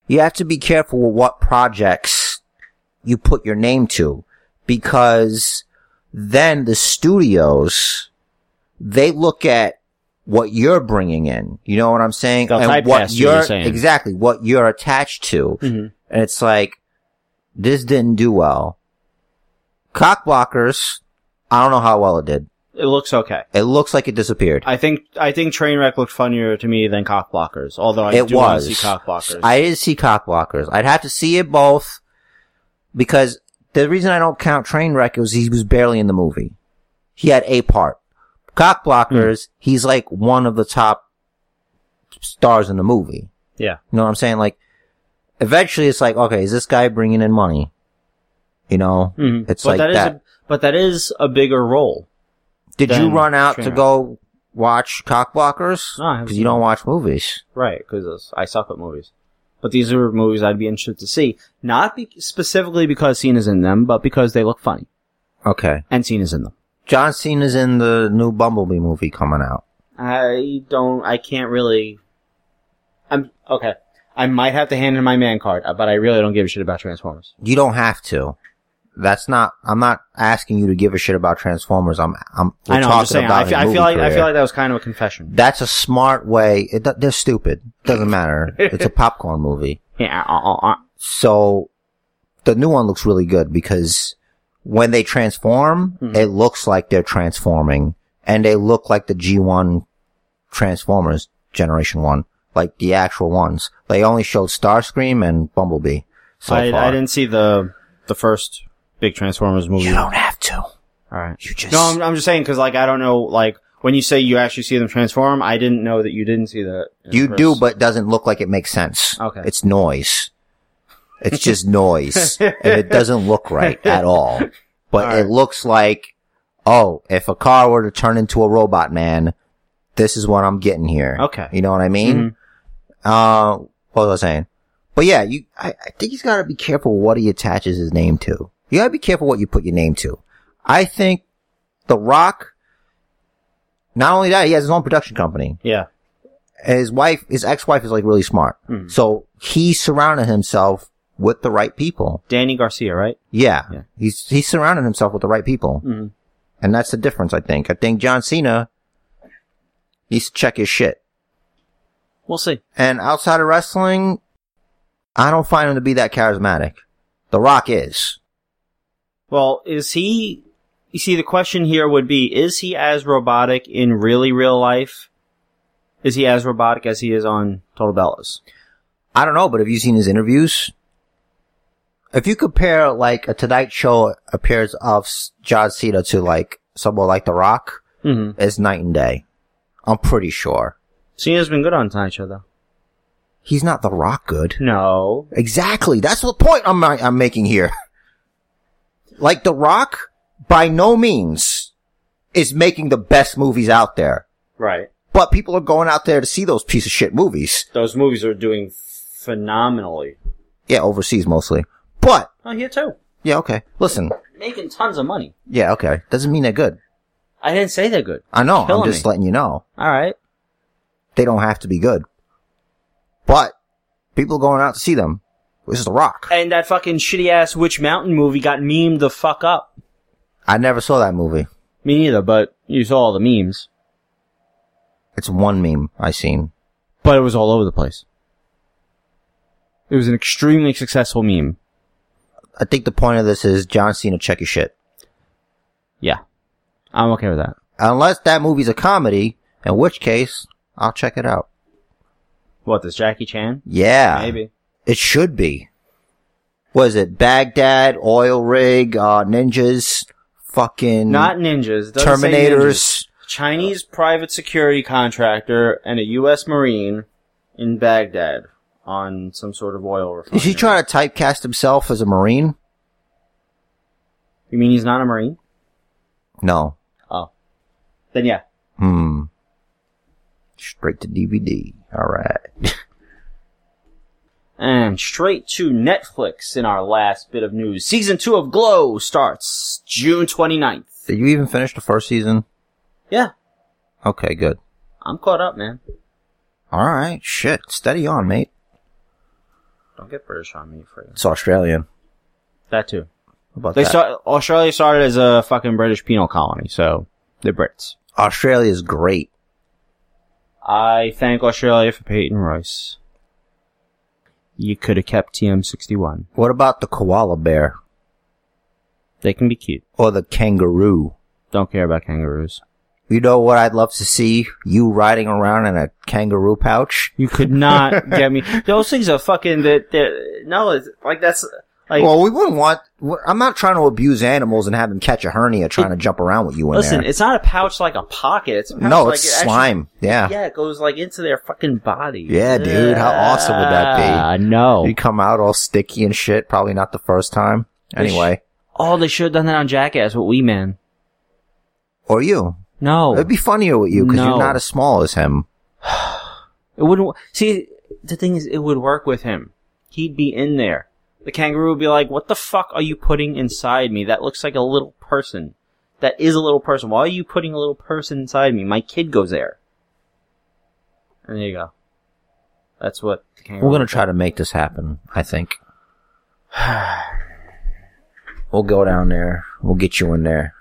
Speaker 3: you have to be careful with what projects you put your name to because then the studios they look at what you're bringing in. You know what I'm saying?
Speaker 4: They'll
Speaker 3: and
Speaker 4: typecast
Speaker 3: what
Speaker 4: you, you're
Speaker 3: you're
Speaker 4: saying.
Speaker 3: exactly what you're attached to.
Speaker 4: Mhm.
Speaker 3: And it's like this didn't do well. Cockblockers, I don't know how well it did.
Speaker 4: It looks okay.
Speaker 3: It looks like it disappeared.
Speaker 4: I think I think Trainwreck looked funnier to me than Cockblockers. Although I
Speaker 3: it
Speaker 4: do want
Speaker 3: was.
Speaker 4: to see Cockblockers.
Speaker 3: I didn't see cockblockers. I'd have to see it both because the reason I don't count Trainwreck is he was barely in the movie. He had a part. Cockblockers,
Speaker 4: Hmm.
Speaker 3: he's like one of the top stars in the movie.
Speaker 4: yeah,
Speaker 3: You know what I'm saying? Like, eventually it's like, okay, is this guy bringing in money? You know,
Speaker 4: Mhm.
Speaker 3: it's
Speaker 4: but
Speaker 3: like
Speaker 4: that is
Speaker 3: that.
Speaker 4: a, but that is a bigger role.
Speaker 3: Did you
Speaker 4: then
Speaker 3: run out to
Speaker 4: Trainwreck.
Speaker 3: go watch cockblockers?
Speaker 4: No, I haven't
Speaker 3: because you don't watch movies.
Speaker 4: Right, because I suck at movies. But these are movies I'd be interested to see, not be- specifically because Cena's in them, but because they look funny
Speaker 3: Okay.
Speaker 4: and Cena's in them.
Speaker 3: John Cena's in the new Bumblebee movie coming out.
Speaker 4: I don't. I can't really. I'm okay. I might have to hand in my man card, uh, but I really don't give a shit about Transformers.
Speaker 3: You don't have to. That's not. I'm not asking you to give a shit about Transformers. I'm. I'm. We're
Speaker 4: I know.
Speaker 3: Talking
Speaker 4: I'm just saying.
Speaker 3: About
Speaker 4: I feel,
Speaker 3: his
Speaker 4: I feel
Speaker 3: movie
Speaker 4: like I
Speaker 3: career.
Speaker 4: feel like that was kind of a confession.
Speaker 3: that's a smart way. It, do- they're stupid. Doesn't matter. it's a popcorn movie.
Speaker 4: Yeah. uh, uh, uh.
Speaker 3: So the new one looks really good because when they transform,
Speaker 4: Mhm.
Speaker 3: it looks like they're transforming, and they look like the G1 Transformers Generation One, like the actual ones. They only showed Starscream and Bumblebee so
Speaker 4: I,
Speaker 3: far.
Speaker 4: I didn't see the the first big Transformers movie.
Speaker 3: You don't have to.
Speaker 4: All right.
Speaker 3: You just
Speaker 4: No, I'm, I'm just saying because like I don't know like when you say you actually see them transform, I didn't know that you didn't see that. in the
Speaker 3: you
Speaker 4: first-
Speaker 3: do, but it doesn't look like it makes sense.
Speaker 4: Okay.
Speaker 3: it's noise. It's just noise, and it doesn't look right at all. But
Speaker 4: All right.
Speaker 3: it looks like, oh, if a car were to turn into a robot man, this is what I'm getting here.
Speaker 4: Okay. Mm-hmm.
Speaker 3: you know what I mean? Uh, what was I saying? But yeah, you, I, I think he's got to be careful what he attaches his name to. You got to be careful what you put your name to. I think The Rock. Not only that, he has his own production company
Speaker 4: yeah.
Speaker 3: his wife, his ex-wife is like really smart.
Speaker 4: Mhm.
Speaker 3: So he surrounded himself with the right people.
Speaker 4: Danny Garcia, right?
Speaker 3: Yeah.
Speaker 4: Yeah.
Speaker 3: He's, he surrounded himself with the right people.
Speaker 4: Mhm.
Speaker 3: And that's the difference, I think. I think John Cena needs to check his shit.
Speaker 4: We'll see.
Speaker 3: And outside of wrestling, I don't find him to be that charismatic. The Rock is.
Speaker 4: Well, is he? You see, the question here would be: Is he as robotic in really real life? Is he as robotic as he is on Total Bellas?
Speaker 3: I don't know, but have you seen his interviews? If you compare like a Tonight Show appearance of S- John Cena to like someone like The Rock,
Speaker 4: Mm-hmm.
Speaker 3: It's night and day. I'm pretty sure.
Speaker 4: Cena's been good on Tonight Show though.
Speaker 3: He's not the rock good.
Speaker 4: No,
Speaker 3: Exactly. That's the point I'm I'm making here. Like the rock by no means is making the best movies out there.
Speaker 4: right.
Speaker 3: But people are going out there to see those piece of shit movies.
Speaker 4: Those movies are doing phenomenally.
Speaker 3: Yeah, overseas mostly. But
Speaker 4: Oh, here too,
Speaker 3: yeah, okay. Listen.
Speaker 4: making tons of money.
Speaker 3: Yeah, okay. Doesn't mean they're good.
Speaker 4: I didn't say they're good.
Speaker 3: I know. I'm
Speaker 4: Killing
Speaker 3: just
Speaker 4: me.
Speaker 3: letting you know.
Speaker 4: All right.
Speaker 3: They don't have to be good. But people are going out to see them. This is the rock.
Speaker 4: And that fucking shitty ass Witch Mountain movie got memed the fuck up.
Speaker 3: I never saw that movie.
Speaker 4: Me neither, but you saw all the memes.
Speaker 3: It's one meme I seen.
Speaker 4: But it was all over the place. It was an extremely successful meme.
Speaker 3: I think the point of this is John Cena check your shit.
Speaker 4: Yeah. I'm okay with that.
Speaker 3: Unless that movie's a comedy, in which case I'll check it out.
Speaker 4: What, this Jackie Chan?
Speaker 3: Yeah,
Speaker 4: Maybe.
Speaker 3: it should be. Was it Baghdad oil rig uh, ninjas? Fucking
Speaker 4: Not ninjas. It doesn't say ninjas.
Speaker 3: Terminators.
Speaker 4: Chinese private security contractor and a U.S. Marine in Baghdad on some sort of oil refinery.
Speaker 3: Is he trying to typecast himself as a marine?
Speaker 4: You mean he's not a Marine?
Speaker 3: No.
Speaker 4: Oh. Then yeah.
Speaker 3: Hmm. Straight to DVD. All right.
Speaker 4: Eh. And straight to Netflix in our last bit of news. Season 2 of Glow starts June 29th.
Speaker 3: Did you even finish the first season?
Speaker 4: Yeah,
Speaker 3: Okay, good.
Speaker 4: I'm caught up, man.
Speaker 3: All right, shit. Steady on, mate.
Speaker 4: Don't get British on me for
Speaker 3: It's Australian.
Speaker 4: that too.
Speaker 3: How about
Speaker 4: They
Speaker 3: that?
Speaker 4: start, Australia started as a fucking British penal colony, so they're Brits.
Speaker 3: Australia's great.
Speaker 4: I thank Australia for Peyton Royce. You could have kept TM61.
Speaker 3: What about the koala bear
Speaker 4: They can be cute.
Speaker 3: or the kangaroo?
Speaker 4: Don't care about kangaroos.
Speaker 3: You know what I'd love to see? You riding around in a kangaroo pouch?
Speaker 4: You could not get me. Those things are fucking. That that- no, it's, like that's like.
Speaker 3: well, we wouldn't want. I'm not trying to abuse animals and have them catch a hernia trying to jump around with you in
Speaker 4: listen,
Speaker 3: there.
Speaker 4: it's not a pouch like a pocket. It's a pouch
Speaker 3: no,
Speaker 4: like
Speaker 3: it's
Speaker 4: it actually-
Speaker 3: slime. yeah.
Speaker 4: yeah, it goes like into their fucking body.
Speaker 3: Yeah, dude, how awesome would that be?
Speaker 4: Ah, no.
Speaker 3: You come out all sticky and shit. Probably not the first time.
Speaker 4: They sh-
Speaker 3: Anyway,
Speaker 4: Oh, they should have done that on Jackass with Wee Man.
Speaker 3: or you.
Speaker 4: No,
Speaker 3: It'd be funnier with you because
Speaker 4: Oh. No.
Speaker 3: you're not as small as him.
Speaker 4: it wouldn't. wo- See, the thing is, it would work with him. He'd be in there. The kangaroo would be like, "What the fuck are you putting inside me? That looks like a little person. That is a little person. Why are you putting a little person inside me? My kid goes there." And there you go. That's what the kangaroo.
Speaker 3: We're gonna try to make this happen. I think. we'll go down there. We'll get you in there.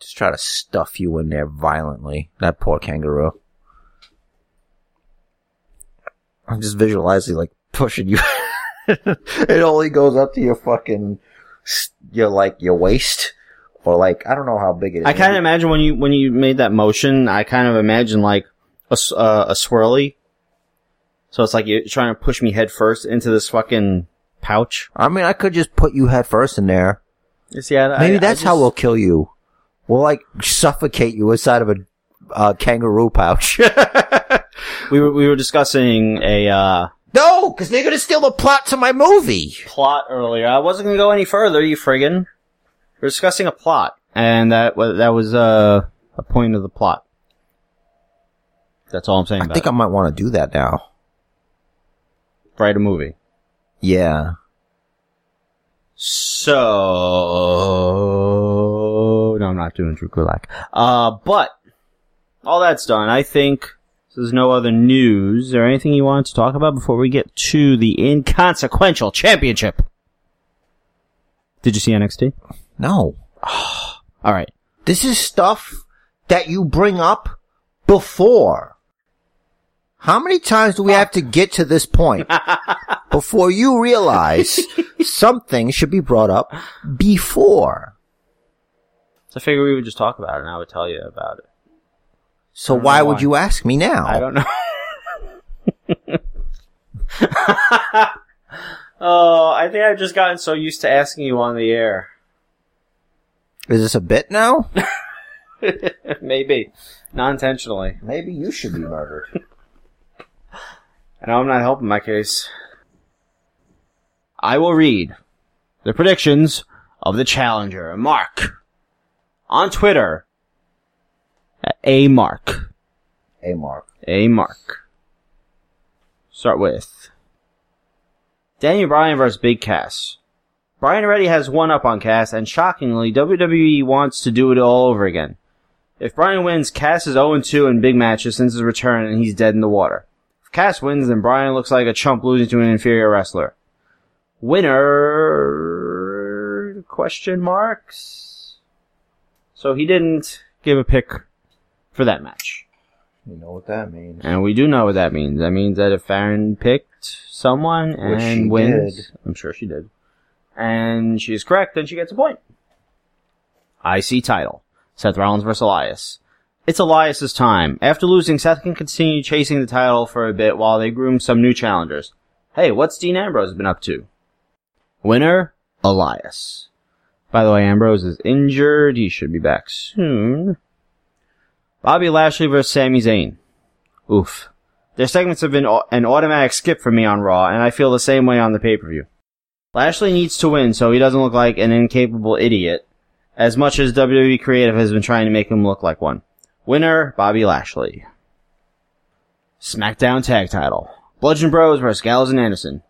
Speaker 3: Just try to stuff you in there violently. That poor kangaroo. I'm just visualizing like pushing you. it only goes up to your fucking, s- your like your waist, or like I don't know how big it is.
Speaker 4: I kind of imagine when you when you made that motion, I kind of imagine like a s- uh, a swirly. So it's like you're trying to push me head first into this fucking pouch.
Speaker 3: I mean, I could just put you head first in there.
Speaker 4: You see, I,
Speaker 3: Maybe
Speaker 4: I- I
Speaker 3: that's
Speaker 4: just-
Speaker 3: how we'll kill you. We'll like suffocate you inside of a uh, kangaroo pouch.
Speaker 4: we were we were discussing a uh,
Speaker 3: no, because they're gonna steal the plot to my movie.
Speaker 4: plot earlier. I wasn't gonna go any further, you friggin'. We are discussing a plot, and that wa- that was uh, a point of the plot. That's all I'm saying.
Speaker 3: I
Speaker 4: about
Speaker 3: think
Speaker 4: it.
Speaker 3: I might want to do that now.
Speaker 4: write a movie.
Speaker 3: Yeah.
Speaker 4: So no, I'm not doing Drew Gulak. Uh, but all that's done. I think there's no other news or anything you wanted to talk about before we get to the inconsequential championship. Did you see NXT?
Speaker 3: No,
Speaker 4: All right.
Speaker 3: this is stuff that you bring up before. How many times do we have to get to this point before you realize something should be brought up before?
Speaker 4: So I figured we would just talk about it, and I would tell you about it.
Speaker 3: So
Speaker 4: I don't
Speaker 3: why
Speaker 4: know
Speaker 3: would
Speaker 4: why.
Speaker 3: you ask me now?
Speaker 4: I don't know. oh, I think I've just gotten so used to asking you on the air.
Speaker 3: Is this a bit now?
Speaker 4: Maybe, not intentionally,
Speaker 3: Maybe you should be murdered.
Speaker 4: and I'm not helping my case. I will read the predictions of the challenger, Mark, on Twitter. At a Mark.
Speaker 3: hey, Mark.
Speaker 4: A mark. Start with Daniel Bryan versus Big Cass. Bryan already has one up on Cass, and shockingly, WWE wants to do it all over again. If Bryan wins, Cass is 0-2 in big matches since his return, and he's dead in the water. If Cass wins, then Bryan looks like a chump losing to an inferior wrestler. Winner? Question marks. So he didn't give a pick for that match.
Speaker 3: You know what that means.
Speaker 4: And we do know what that means. That means that if Farron picked someone
Speaker 3: Which
Speaker 4: and
Speaker 3: she
Speaker 4: wins,
Speaker 3: did.
Speaker 4: I'm sure she did, and she's correct, then she gets a point. IC title. Seth Rollins versus Elias. It's Elias's time. After losing, Seth can continue chasing the title for a bit while they groom some new challengers. Hey, what's Dean Ambrose been up to? Winner, Elias. By the way, Ambrose is injured. He should be back soon. Bobby Lashley versus Sami Zayn. Oof. Their segments have been au- an automatic skip for me on Raw, and I feel the same way on the pay per view. Lashley needs to win so he doesn't look like an incapable idiot, as much as WWE Creative has been trying to make him look like one. Winner, Bobby Lashley. SmackDown Tag Title. Bludgeon Bros versus Gallows and Anderson.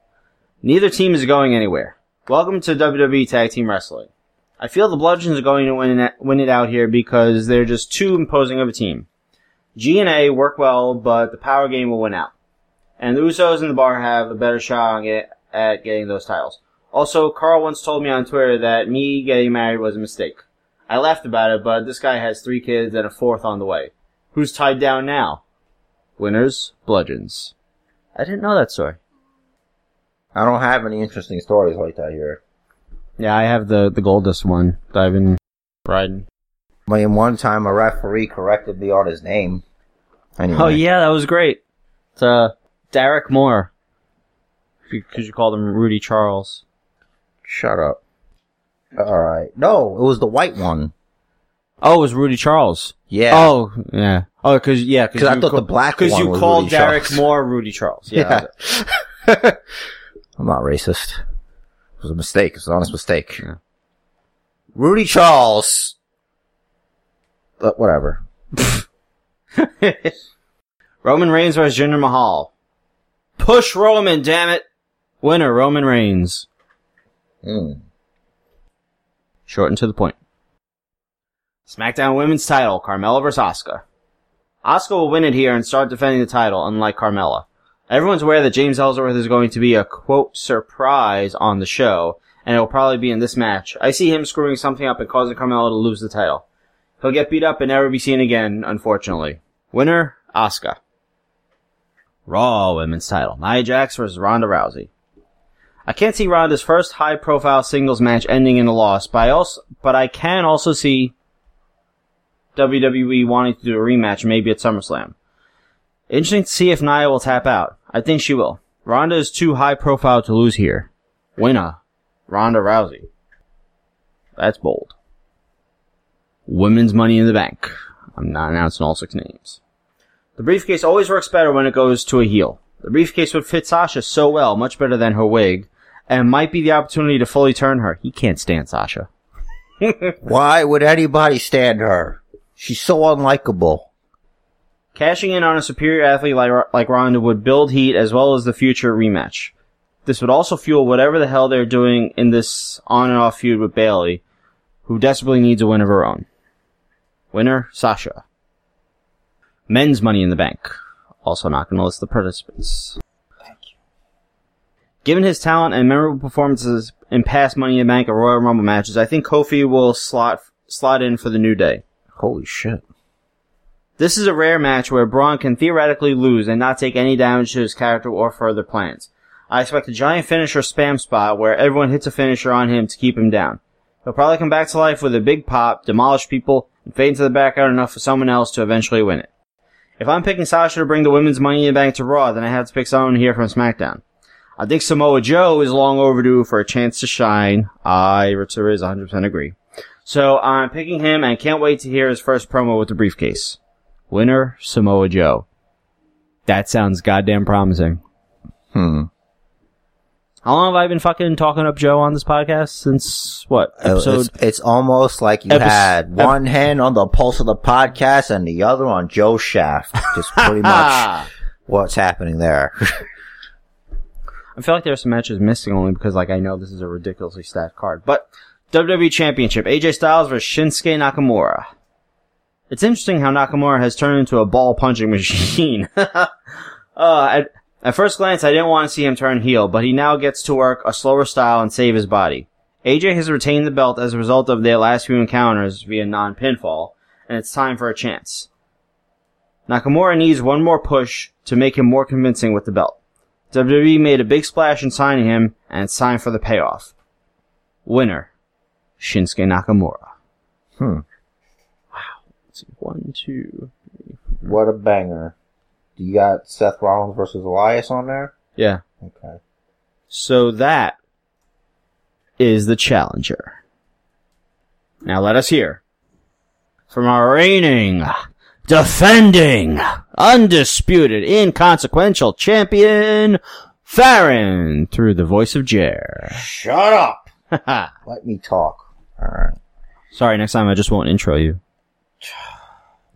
Speaker 4: Neither team is going anywhere. Welcome to WWE Tag Team Wrestling. I feel the Bludgeons are going to win it, win it out here because they're just too imposing of a team. G and A work well, but the power game will win out. And the Usos and the Bar have a better shot on get, at getting those titles. Also, Carl once told me on Twitter that me getting married was a mistake. I laughed about it, but this guy has three kids and a fourth on the way. Who's tied down now? Winners, bludgeons. I didn't know that story.
Speaker 3: I don't have any interesting stories like that here.
Speaker 4: Yeah, I have the the Goldust one that I've been riding.
Speaker 3: But in one time, a referee corrected me on his name. Anyway.
Speaker 4: Oh yeah, that was great. It's uh, Derek Moore, because you called him Rudy Charles.
Speaker 3: Shut up. All right. No, it was the white one.
Speaker 4: Oh, it was Rudy Charles.
Speaker 3: Yeah.
Speaker 4: Oh yeah. Oh, because yeah,
Speaker 3: 'Cause I thought the black
Speaker 4: because
Speaker 3: one
Speaker 4: you
Speaker 3: was
Speaker 4: called
Speaker 3: Rudy
Speaker 4: Derek
Speaker 3: Charles.
Speaker 4: Moore Rudy Charles. Yeah. that was it.
Speaker 3: Yeah. I'm not racist. It was a mistake. It was an honest mistake.
Speaker 4: Yeah.
Speaker 3: Rudy Charles. But whatever.
Speaker 4: Roman Reigns versus Jinder Mahal. Push Roman, damn it! Winner Roman Reigns.
Speaker 3: Mm.
Speaker 4: Short and to the point. SmackDown Women's Title: Carmella versus Asuka. Asuka will win it here and start defending the title, unlike Carmella. Everyone's aware that James Ellsworth is going to be a quote surprise on the show, and it will probably be in this match. I see him screwing something up and causing Carmella to lose the title. He'll get beat up and never be seen again, unfortunately. Winner, Asuka. Raw Women's Title: Nia Jax versus Ronda Rousey. I can't see Ronda's first high-profile singles match ending in a loss, but I also, but I can also see WWE wanting to do a rematch, maybe at SummerSlam. Interesting to see if Nia will tap out. I think she will. Ronda is too high-profile to lose here. Winner, Ronda Rousey. That's bold. Women's Money in the Bank. I'm not announcing all six names. The briefcase always works better when it goes to a heel. The briefcase would fit Sasha so well, much better than her wig, and might be the opportunity to fully turn her. He can't stand Sasha.
Speaker 3: Why would anybody stand her? She's so unlikable.
Speaker 4: Cashing in on a superior athlete like, like Ronda would build heat as well as the future rematch. This would also fuel whatever the hell they're doing in this on and off feud with Bailey, who desperately needs a win of her own. Winner, Sasha. Men's Money in the Bank. Also not going to list the participants. Given his talent and memorable performances in past Money in the Bank and Royal Rumble matches, I think Kofi will slot slot in for the New Day.
Speaker 3: Holy shit.
Speaker 4: This is a rare match where Braun can theoretically lose and not take any damage to his character or further plans. I expect a giant finisher spam spot where everyone hits a finisher on him to keep him down. He'll probably come back to life with a big pop, demolish people, and fade into the background enough for someone else to eventually win it. If I'm picking Sasha to bring the women's money in the bank to Raw, then I have to pick someone here from SmackDown. I think Samoa Joe is long overdue for a chance to shine. I, Richard, is 100% agree. So I'm picking him and can't wait to hear his first promo with the briefcase. Winner Samoa Joe. That sounds goddamn promising.
Speaker 3: Hmm.
Speaker 4: How long have I been fucking talking up Joe on this podcast? Since what episode?
Speaker 3: Oh, it's, it's almost like you
Speaker 4: Epis-
Speaker 3: had
Speaker 4: ep-
Speaker 3: one hand on the pulse of the podcast and the other on Joe's shaft. Just pretty much
Speaker 4: Ah,
Speaker 3: what's happening there.
Speaker 4: I feel like there are some matches missing only because like I know this is a ridiculously stacked card. But WWE Championship: AJ Styles versus Shinsuke Nakamura. It's interesting how Nakamura has turned into a ball punching machine. uh, at, at first glance, I didn't want to see him turn heel, but he now gets to work a slower style and save his body. AJ has retained the belt as a result of their last few encounters via non pinfall, and it's time for a chance. Nakamura needs one more push to make him more convincing with the belt. WWE E made a big splash in signing him, and it's time for the payoff. Winner, Shinsuke Nakamura.
Speaker 3: Hmm.
Speaker 4: Wow. Let's see. One, two.
Speaker 3: What a banger. You got Seth Rollins versus Elias on there?
Speaker 4: Yeah.
Speaker 3: Okay.
Speaker 4: So that is the challenger. Now let us hear from our reigning, defending, undisputed, inconsequential champion, Farron, through the voice of Jer.
Speaker 3: Shut up! Let me talk. Alright.
Speaker 4: Sorry, next time I just won't intro you.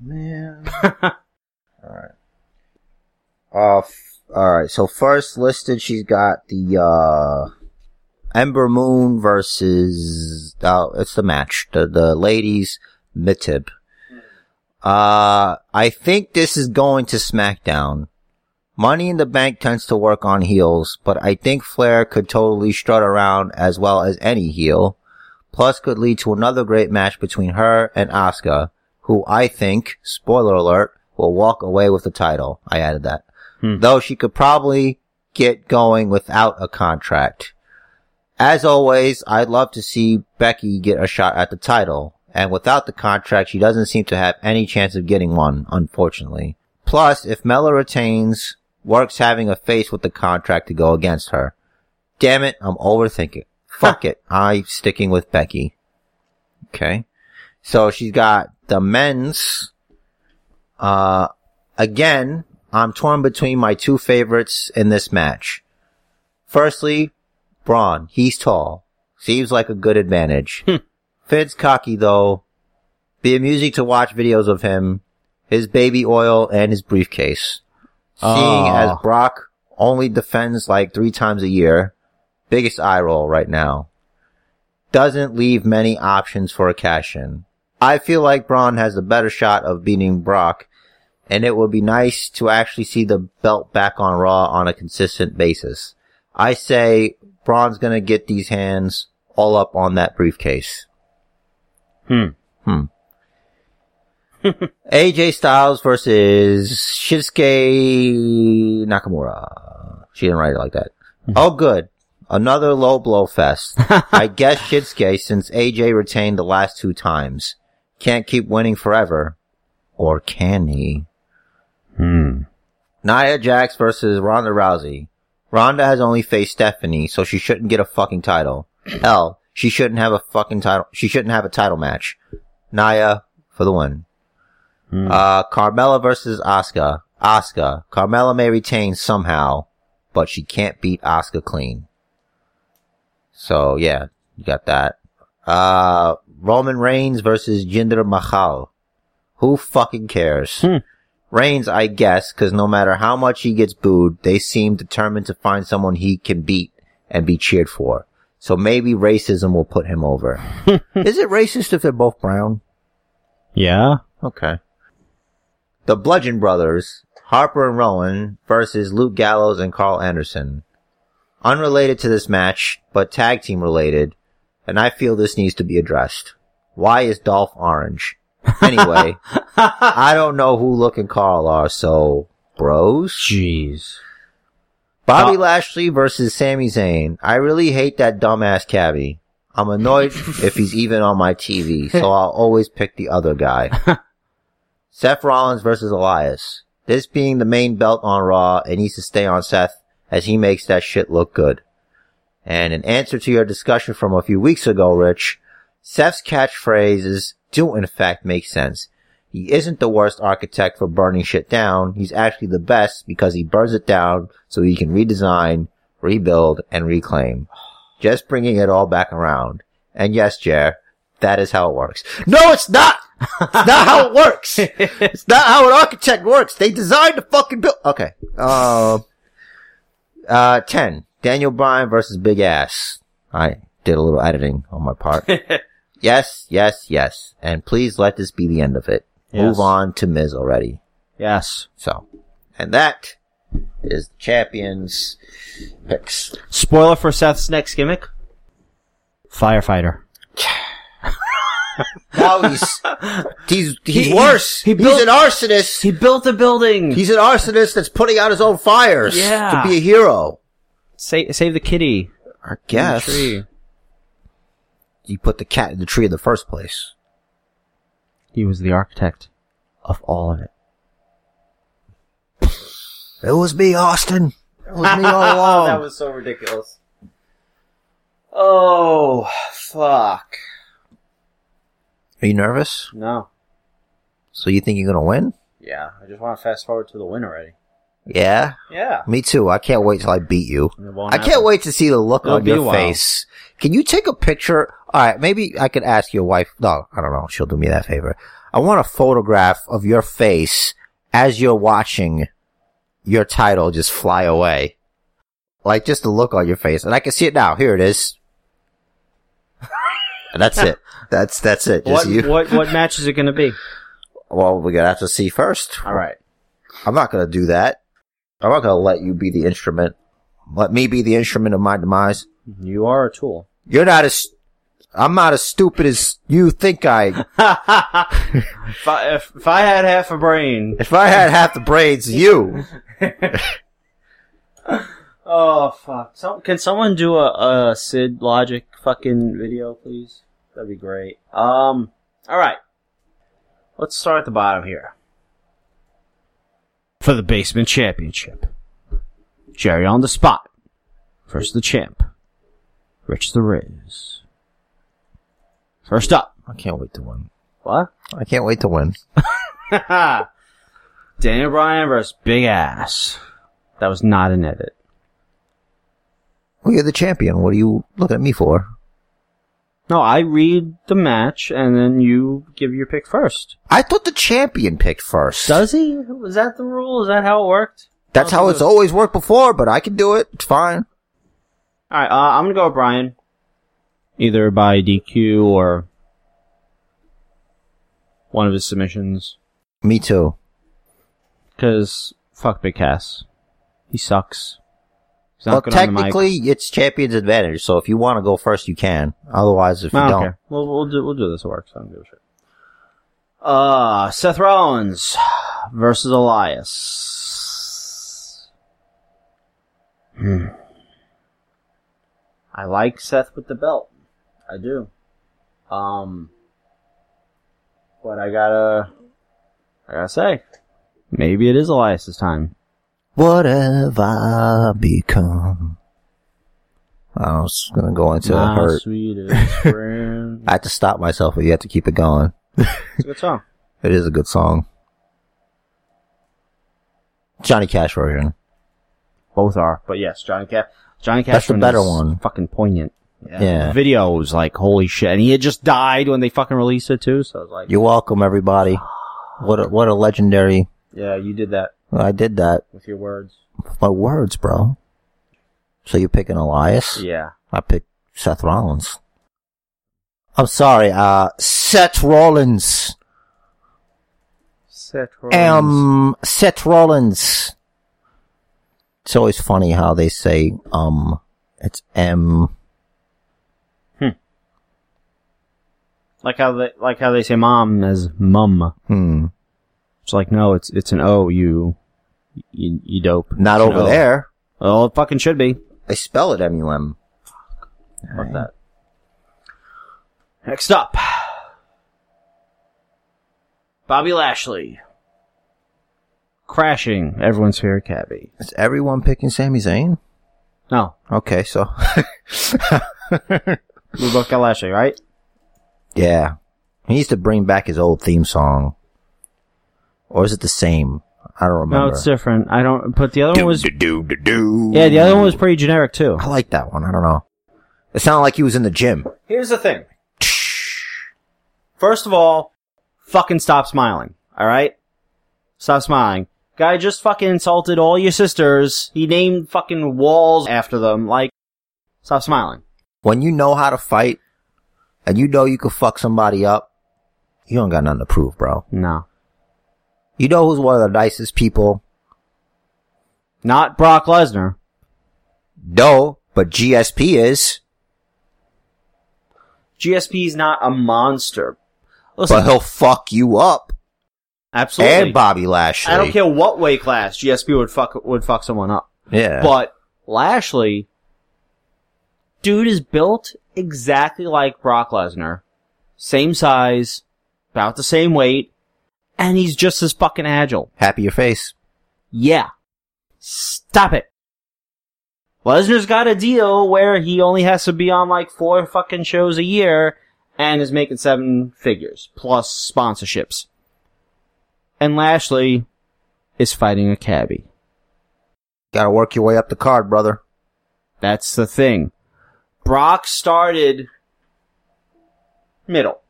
Speaker 3: Man. Alright. Uh, f- All right. So first listed, she's got the uh, Ember Moon versus uh, it's the match, the the ladies Mitib. Uh, I think this is going to SmackDown. Money in the Bank tends to work on heels, but I think Flair could totally strut around as well as any heel. Plus, could lead to another great match between her and Asuka, who I think, spoiler alert, will walk away with the title. I added that though she could probably get going without a contract. As always, I'd love to see Becky get a shot at the title, and without the contract, she doesn't seem to have any chance of getting one, unfortunately. Plus, if Mella retains, Works having a face with the contract to go against her. Damn it, I'm overthinking. Fuck it, I'm sticking with Becky. Okay. So she's got the men's, uh, again, I'm torn between my two favorites in this match. Firstly, Braun. He's tall. Seems like a good advantage. Fid's cocky though. Be amusing to watch videos of him, his baby oil, and his briefcase. Seeing
Speaker 4: Aw.
Speaker 3: as Brock only defends like three times a year, biggest eye roll right now. Doesn't leave many options for a cash in. I feel like Braun has a better shot of beating Brock and it would be nice to actually see the belt back on Raw on a consistent basis. I say Braun's gonna get these hands all up on that briefcase.
Speaker 4: Hmm.
Speaker 3: Hmm. AJ Styles versus Shinsuke Nakamura. She didn't write it like that. Oh good. Another low blow fest. I guess Shinsuke since AJ retained the last two times. Can't keep winning forever. Or can he?
Speaker 4: Hmm.
Speaker 3: Nia Jax versus Ronda Rousey. Ronda has only faced Stephanie, so she shouldn't get a fucking title. Hell, she shouldn't have a fucking title. She shouldn't have a title match. Nia for the win.
Speaker 4: Hmm.
Speaker 3: Uh, Carmella versus Asuka. Asuka. Carmella may retain somehow, but she can't beat Asuka clean. So yeah, you got that. Uh, Roman Reigns versus Jinder Mahal. Who fucking cares?
Speaker 4: Hmm.
Speaker 3: Reigns, I guess, cause no matter how much he gets booed, they seem determined to find someone he can beat and be cheered for. So maybe racism will put him over. Is it racist if they're both brown?
Speaker 4: Yeah.
Speaker 3: Okay. The Bludgeon Brothers, Harper and Rowan versus Luke Gallows and Carl Anderson. Unrelated to this match, but tag team related, and I feel this needs to be addressed. Why is Dolph orange? Anyway, I don't know who Luke and Carl are, so bros?
Speaker 4: Jeez.
Speaker 3: Bobby
Speaker 4: Uh-
Speaker 3: Lashley versus Sami Zayn. I really hate that dumbass cabbie. I'm annoyed if he's even on my TV, so I'll always pick the other guy. Seth Rollins versus Elias. This being the main belt on Raw, it needs to stay on Seth as he makes that shit look good. And in answer to your discussion from a few weeks ago, Rich, Seth's catchphrases do in fact make sense. He isn't the worst architect for burning shit down. He's actually the best because he burns it down so he can redesign, rebuild, and reclaim. Just bringing it all back around. And yes, Jer, that is how it works. No, it's not! It's not how it works! It's not how an architect works! They designed the fucking build- Okay. Uh, uh, 10. Daniel Bryan versus Big Ass. I did a little editing on my part. yes, yes, yes. And please let this be the end of it.
Speaker 4: Yes.
Speaker 3: Move on to Miz already.
Speaker 4: yes.
Speaker 3: So, and that is the champions picks.
Speaker 4: Spoiler for Seth's next gimmick. Firefighter.
Speaker 3: Now he's he's he's
Speaker 4: He-
Speaker 3: worse.
Speaker 4: he built-
Speaker 3: he's an arsonist.
Speaker 4: He built a building.
Speaker 3: he's an arsonist that's putting out his own fires
Speaker 4: Yeah.
Speaker 3: to be a hero.
Speaker 4: Save, save the kitty.
Speaker 3: I
Speaker 4: in the
Speaker 3: guess
Speaker 4: tree.
Speaker 3: you put the cat in the tree in the first place.
Speaker 4: He was the architect of all of it.
Speaker 3: It was me, Austin. It was me all along.
Speaker 4: Oh, that was so ridiculous. Oh, fuck.
Speaker 3: Are you nervous?
Speaker 4: No.
Speaker 3: So you think you're gonna win?
Speaker 4: Yeah, I just want to fast forward to the win already.
Speaker 3: Yeah,
Speaker 4: Yeah.
Speaker 3: me too. I can't wait till I beat you. I can't wait to see the look
Speaker 4: It'll
Speaker 3: on
Speaker 4: be a
Speaker 3: your
Speaker 4: while.
Speaker 3: face. Can you take a picture? All right, maybe I could ask your wife. No, I don't know. She'll do me that favor. I want a photograph of your face as you're watching your title just fly away. Like just the look on your face. And I can see it now. Here it is. And that's it. That's that's it. Just
Speaker 4: What,
Speaker 3: you.
Speaker 4: what what match is it going to be?
Speaker 3: Well, we're gonna have to see first.
Speaker 4: All right.
Speaker 3: I'm not gonna do that. I'm not gonna let you be the instrument. Let me be the instrument of my demise.
Speaker 4: You are a tool.
Speaker 3: You're not as I'm not as stupid as you think I.
Speaker 4: if, I, if, if I had half a brain.
Speaker 3: If I had half the brains, you.
Speaker 4: Oh fuck! Some, can someone do a, a Sid Logic fucking video, please? That'd be great. Um. All right. Let's start at the bottom here. For the basement championship, Jerry on the spot. First the champ, Rich the Riz. First up,
Speaker 3: I can't wait to win.
Speaker 4: what?
Speaker 3: I can't wait to win.
Speaker 4: Daniel Bryan versus Big Ass. That was not an edit.
Speaker 3: Well, you're the champion. What are you looking at me for?
Speaker 4: No, I read the match and then you give your pick first.
Speaker 3: I thought the champion picked first.
Speaker 4: Does he? Was that the rule? Is that how it worked?
Speaker 3: That's how it's always worked before, but I can do it. It's fine.
Speaker 4: All right, uh, I'm gonna go with Brian, either by DQ or one of his submissions.
Speaker 3: Me too.
Speaker 4: Cause fuck Big Cass, he sucks. He's not
Speaker 3: well,
Speaker 4: good on the mic.
Speaker 3: technically, it's champion's advantage. So if you want to go first, you can. Otherwise, if you
Speaker 4: I don't
Speaker 3: don't,
Speaker 4: care. Ah, We'll, we'll do we'll do this. It works. I don't give a shit. Uh, Seth Rollins versus Elias. Hmm. I like Seth with the belt. I do. Um, but I gotta, I gotta say, maybe it is Elias's time.
Speaker 3: what have I become? I was gonna go into
Speaker 4: My
Speaker 3: a hurt.
Speaker 4: sweetest friend.
Speaker 3: I had to stop myself, but you have to keep it going.
Speaker 4: It's a good song.
Speaker 3: It is a good song. Johnny Cash version.
Speaker 4: Both are, but yes, Johnny Cash. Johnny Cash.
Speaker 3: That's the better one.
Speaker 4: Fucking poignant.
Speaker 3: Yeah.
Speaker 4: The video was like holy shit, and he had just died when they fucking released it too. So I was like,
Speaker 3: You're welcome, everybody. What a, what a legendary.
Speaker 4: yeah, you did that
Speaker 3: I did that
Speaker 4: with your words.
Speaker 3: with my words, bro. So you picking Elias?
Speaker 4: Yeah.
Speaker 3: I picked Seth Rollins. I'm sorry, uh, Seth Rollins.
Speaker 4: Seth
Speaker 3: Um, Seth Rollins. It's always funny how they say, um, it's M.
Speaker 4: like how they like how they say mom as mum.
Speaker 3: Hmm.
Speaker 4: It's like no, it's it's an O. You, you, you dope.
Speaker 3: Not
Speaker 4: It's an
Speaker 3: over
Speaker 4: O.
Speaker 3: there.
Speaker 4: Well, it fucking should be.
Speaker 3: They spell it M-U-M.
Speaker 4: Fuck that. Next up, Bobby Lashley crashing everyone's favorite cabbie.
Speaker 3: Is everyone picking Sami Zayn?
Speaker 4: No,
Speaker 3: Okay, so.
Speaker 4: we both got Lashley, right?
Speaker 3: yeah. He needs to bring back his old theme song. Or is it the same? I don't remember.
Speaker 4: No, it's different. I don't. But the other one was
Speaker 3: do, do, do.
Speaker 4: yeah, the other one was pretty generic too.
Speaker 3: I like that one. I don't know. It sounded like he was in the gym.
Speaker 4: Here's the thing. First of all, fucking stop smiling. All right, stop smiling. Guy just fucking insulted all your sisters. He named fucking walls after them. Like, stop smiling.
Speaker 3: When you know how to fight and you know you can fuck somebody up, you don't got nothing to prove, bro.
Speaker 4: No,
Speaker 3: You know who's one of the nicest people?
Speaker 4: not Brock Lesnar.
Speaker 3: No, but GSP is.
Speaker 4: GSP's not a monster. Listen,
Speaker 3: But he'll fuck you up.
Speaker 4: absolutely.
Speaker 3: And Bobby Lashley.
Speaker 4: I don't care what weight class GSP would fuck would fuck someone up.
Speaker 3: Yeah.
Speaker 4: But Lashley, dude is built exactly like Brock Lesnar. Same size, about the same weight, and he's just as fucking agile.
Speaker 3: Happy your face.
Speaker 4: Yeah. Stop it. Lesnar's got a deal where he only has to be on like four fucking shows a year and is making seven figures plus sponsorships. And Lashley is fighting a cabbie.
Speaker 3: Gotta work your way up the card, brother.
Speaker 4: That's the thing. Brock started middle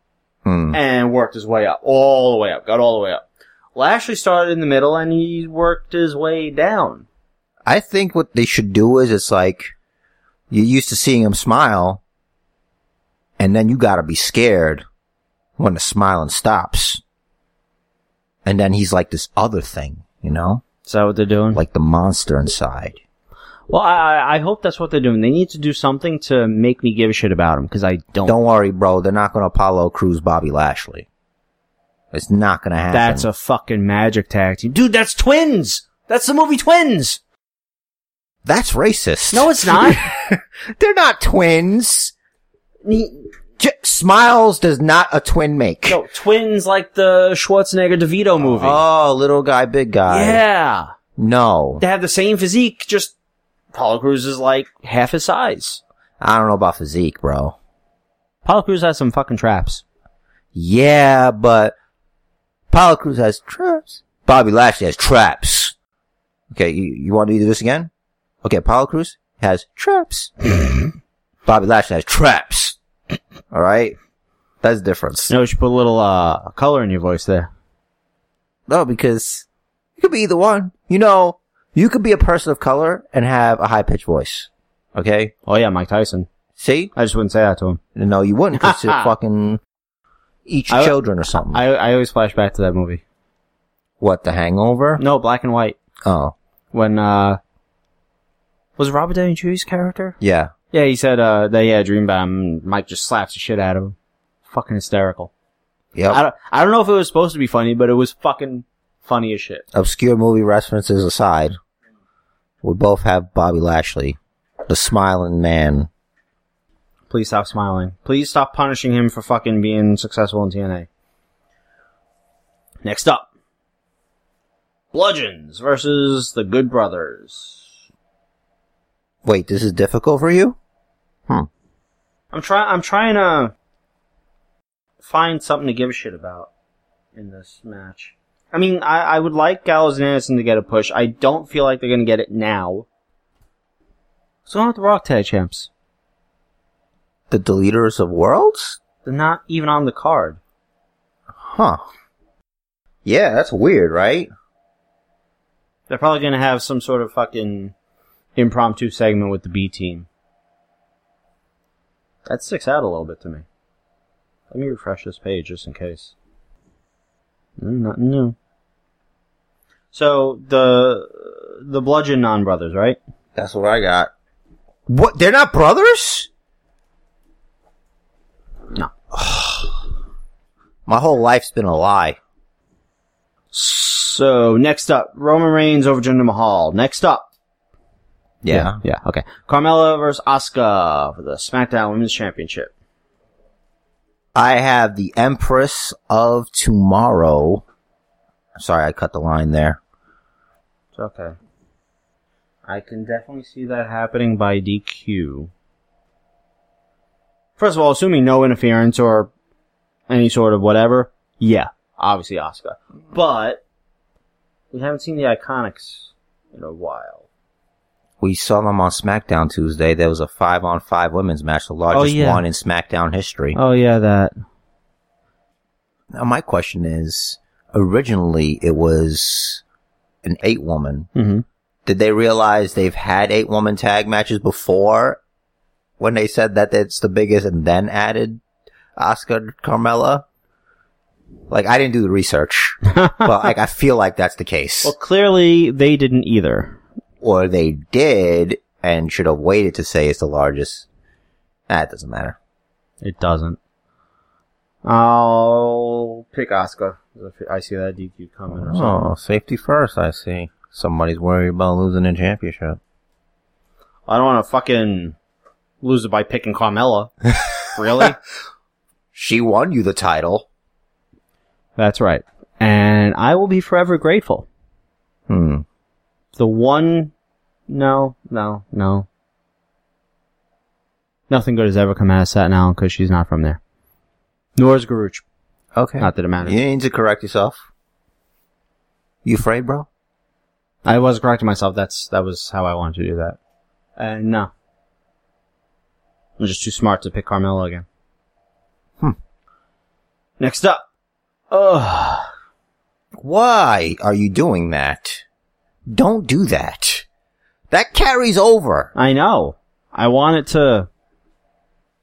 Speaker 3: Hmm.
Speaker 4: Hmm. and worked his way up, all the way up, got all the way up. Lashley started in the middle and he worked his way down.
Speaker 3: I think what they should do is it's like you're used to seeing him smile, and then you gotta be scared when the smiling stops. And then he's like this other thing, you know?
Speaker 4: Is that what they're doing?
Speaker 3: Like the monster inside.
Speaker 4: well, I, I- I hope that's what they're doing. They need to do something to make me give a shit about him because I don't.
Speaker 3: Don't worry, bro, they're not gonna Apollo Cruz Bobby Lashley. It's not gonna happen.
Speaker 4: That's a fucking magic tag team, dude. That's twins. That's the movie Twins.
Speaker 3: That's racist.
Speaker 4: No, it's not.
Speaker 3: they're not twins.
Speaker 4: Ne-
Speaker 3: J- smiles does not a twin make.
Speaker 4: no, twins like the Schwarzenegger DeVito movie.
Speaker 3: Oh, little guy, big guy.
Speaker 4: yeah,
Speaker 3: No.
Speaker 4: they have the same physique. Just Apollo Cruz is like half his size.
Speaker 3: I don't know about physique, bro.
Speaker 4: Apollo Cruz has some fucking traps.
Speaker 3: Yeah, but Apollo Cruz has traps. Bobby Lashley has traps. Okay, you, you want to do this again? Okay, Apollo Cruz has traps. Bobby Lashley has traps. All right? That's the difference.
Speaker 4: No, you should put a little uh, color in your voice there.
Speaker 3: No, because you could be either one. You know, you could be a person of color and have a high pitched voice. Okay?
Speaker 4: Oh yeah, Mike Tyson.
Speaker 3: See?
Speaker 4: I just wouldn't say that to him.
Speaker 3: No, you wouldn't because it fucking eat your
Speaker 4: I-
Speaker 3: children or something.
Speaker 4: I I always flash back to that movie.
Speaker 3: what, the hangover?
Speaker 4: No, black and white.
Speaker 3: Oh,
Speaker 4: When uh, was it Robert Downey Jr.'s character?
Speaker 3: yeah.
Speaker 4: Yeah, he said uh, that he had a dream about him. And Mike just slaps the shit out of him. Fucking hysterical.
Speaker 3: Yep.
Speaker 4: I don't I don't know if it was supposed to be funny, but it was fucking funny as shit.
Speaker 3: Obscure movie references aside, we both have Bobby Lashley, the smiling man.
Speaker 4: Please stop smiling. Please stop punishing him for fucking being successful in TNA. Next up. Bludgeons versus the Good Brothers.
Speaker 3: Wait, this is difficult for you?
Speaker 4: I'm trying. I'm trying to find something to give a shit about in this match. I mean, I, I would like Gallows and Anderson to get a push. I don't feel like they're gonna get it now. What's going on with the Rock Tag Champs?
Speaker 3: The deleters of worlds?
Speaker 4: They're not even on the card.
Speaker 3: Huh. Yeah, that's weird, right?
Speaker 4: They're probably gonna have some sort of fucking impromptu segment with the B team. That sticks out a little bit to me. Let me refresh this page just in case. Mm, nothing new. So the the Bludgeon Non Brothers, right?
Speaker 3: That's what I got. What? They're not brothers?
Speaker 4: No.
Speaker 3: My whole life's been a lie.
Speaker 4: So next up, Roman Reigns over Jinder Mahal. Next up,
Speaker 3: Yeah.
Speaker 4: yeah, okay, Carmella versus Asuka for the SmackDown Women's Championship.
Speaker 3: I have the Empress of Tomorrow. Sorry, I cut the line there.
Speaker 4: It's okay. I can definitely see that happening by DQ. First of all, assuming no interference or any sort of whatever, yeah, obviously Asuka. But we haven't seen the Iconics in a while.
Speaker 3: We saw them on SmackDown Tuesday. There was a five on five women's match, the largest
Speaker 4: yeah.
Speaker 3: one in SmackDown history.
Speaker 4: Oh yeah, that.
Speaker 3: Now, my question is originally it was an eight woman.
Speaker 4: Mm-hmm.
Speaker 3: Did they realize they've had eight woman tag matches before when they said that it's the biggest and then added Oscar Carmella? Like, I didn't do the research, but like, I feel like that's the case.
Speaker 4: Well, clearly they didn't either.
Speaker 3: or they did and should have waited to say it's the largest. That doesn't matter.
Speaker 4: It doesn't. I'll pick Asuka. if I see that DQ coming or something.
Speaker 3: Oh, safety first, I see. Somebody's worried about losing a championship.
Speaker 4: I don't want to fucking lose it by picking Carmella. really?
Speaker 3: She won you the title.
Speaker 4: That's right. And I will be forever grateful.
Speaker 3: Hmm.
Speaker 4: The one. No, no, no. Nothing good has ever come out of Staten Island because she's not from there. Nor is Garuch.
Speaker 3: Okay.
Speaker 4: Not that it
Speaker 3: you
Speaker 4: matters.
Speaker 3: need to correct yourself. You afraid, bro?
Speaker 4: I was correcting myself. That's that was how I wanted to do that. And Uh, no, I'm just too smart to pick Carmelo again. Hmm. Next up, ugh,
Speaker 3: Why are you doing that? Don't do that. That carries over.
Speaker 4: I know. I want it to.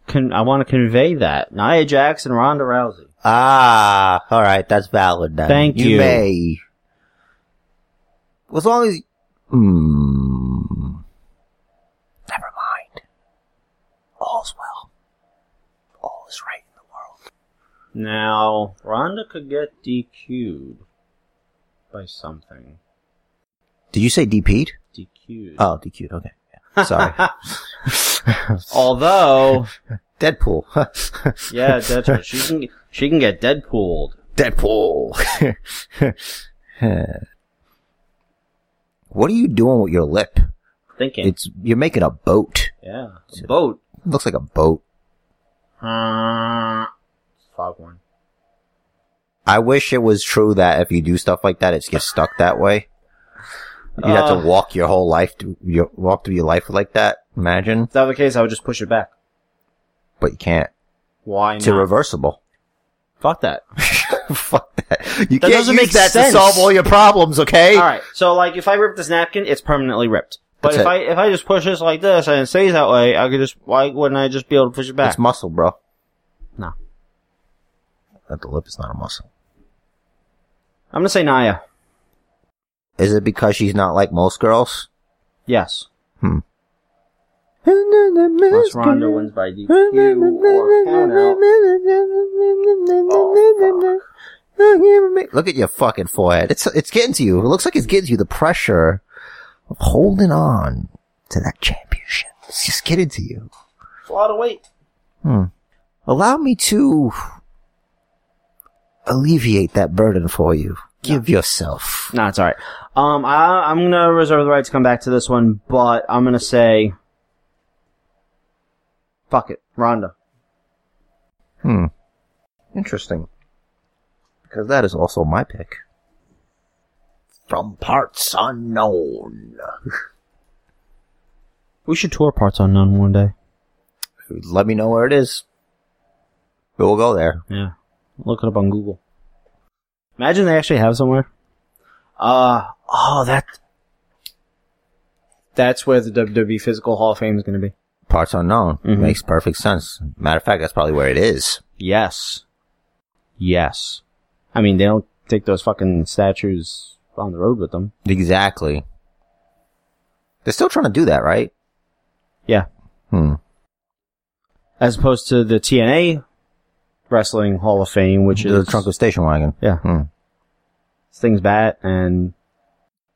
Speaker 4: Con- I want to convey that Nia Jackson, Ronda Rousey.
Speaker 3: Ah, all right, that's valid then.
Speaker 4: Thank
Speaker 3: You
Speaker 4: you.
Speaker 3: may, as long as, hmm, never mind. All's well. All is right in the world.
Speaker 4: Now Ronda could get DQ'd by something.
Speaker 3: Did you say DP'd?
Speaker 4: DQ'd.
Speaker 3: Oh, DQ'd. Okay. Yeah. Sorry.
Speaker 4: Although,
Speaker 3: Deadpool.
Speaker 4: yeah, Deadpool. She can she can get Deadpooled.
Speaker 3: Deadpool. what are you doing with your lip?
Speaker 4: Thinking,
Speaker 3: It's you're making a boat.
Speaker 4: yeah, it's a boat.
Speaker 3: looks like a boat.
Speaker 4: Uh, Foghorn.
Speaker 3: I wish it was true that if you do stuff like that, it gets stuck that way. You'd have
Speaker 4: Uh.
Speaker 3: to walk your whole life, to, your, walk through your life like that. Imagine,
Speaker 4: If that were the case, I would just push it back.
Speaker 3: but you can't.
Speaker 4: Why
Speaker 3: It's
Speaker 4: not?
Speaker 3: irreversible.
Speaker 4: Fuck that.
Speaker 3: Fuck that. You
Speaker 4: That
Speaker 3: can't
Speaker 4: doesn't
Speaker 3: use
Speaker 4: make
Speaker 3: that
Speaker 4: sense.
Speaker 3: to solve all your problems. Okay.
Speaker 4: All right. So like, if I rip this napkin, it's permanently ripped. But
Speaker 3: That's
Speaker 4: if
Speaker 3: it.
Speaker 4: I if I just push this like this and it stays that way, I could just why wouldn't I just be able to push it back?
Speaker 3: It's muscle, bro.
Speaker 4: no,
Speaker 3: That the lip is not a muscle.
Speaker 4: I'm gonna say Naya.
Speaker 3: Is it because she's not like most girls?
Speaker 4: Yes.
Speaker 3: Hmm. Unless
Speaker 4: Unless Ronda wins by DQ or count out. Oh,
Speaker 3: Look at your fucking forehead. It's it's getting to you. It looks like it's getting to you. The pressure of holding on to that championship. It's just getting to you.
Speaker 4: It's a lot of weight.
Speaker 3: Allow me to alleviate that burden for you. Give yourself.
Speaker 4: No, it's all right. Um, I, I'm gonna reserve the right to come back to this one, but I'm gonna say, fuck it, Ronda.
Speaker 3: Hmm. Interesting. Because that is also my pick. From parts unknown.
Speaker 4: We should tour parts unknown one day.
Speaker 3: Let me know where it is. We'll go there.
Speaker 4: Yeah, look it up on Google. Imagine they actually have somewhere. Uh oh, that. That's where the WWE Physical Hall of Fame is gonna be.
Speaker 3: Parts unknown.
Speaker 4: Mhm.
Speaker 3: Makes perfect sense. Matter of fact, that's probably where it is.
Speaker 4: Yes. Yes. I mean, they don't take those fucking statues on the road with them.
Speaker 3: Exactly. They're still trying to do that, right?
Speaker 4: Yeah.
Speaker 3: Hmm.
Speaker 4: As opposed to the TNA Wrestling Hall of Fame, which
Speaker 3: The
Speaker 4: is
Speaker 3: trunk of station wagon.
Speaker 4: yeah,
Speaker 3: Hmm.
Speaker 4: Sting's bat, and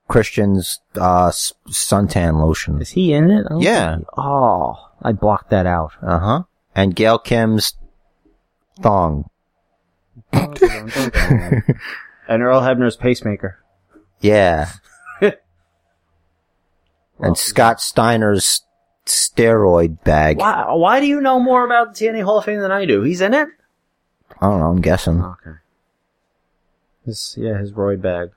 Speaker 3: Christian's uh, s- suntan lotion.
Speaker 4: is he in it? I don't
Speaker 3: Yeah.
Speaker 4: think- Oh, I blocked that out.
Speaker 3: Uh huh. And Gail Kim's thong.
Speaker 4: and Earl Hebner's pacemaker.
Speaker 3: Yeah. and Scott Steiner's steroid bag.
Speaker 4: Why? Why do you know more about the TNA Hall of Fame than I do? He's in it.
Speaker 3: I don't know. I'm guessing.
Speaker 4: Okay. His yeah, his Roy bag.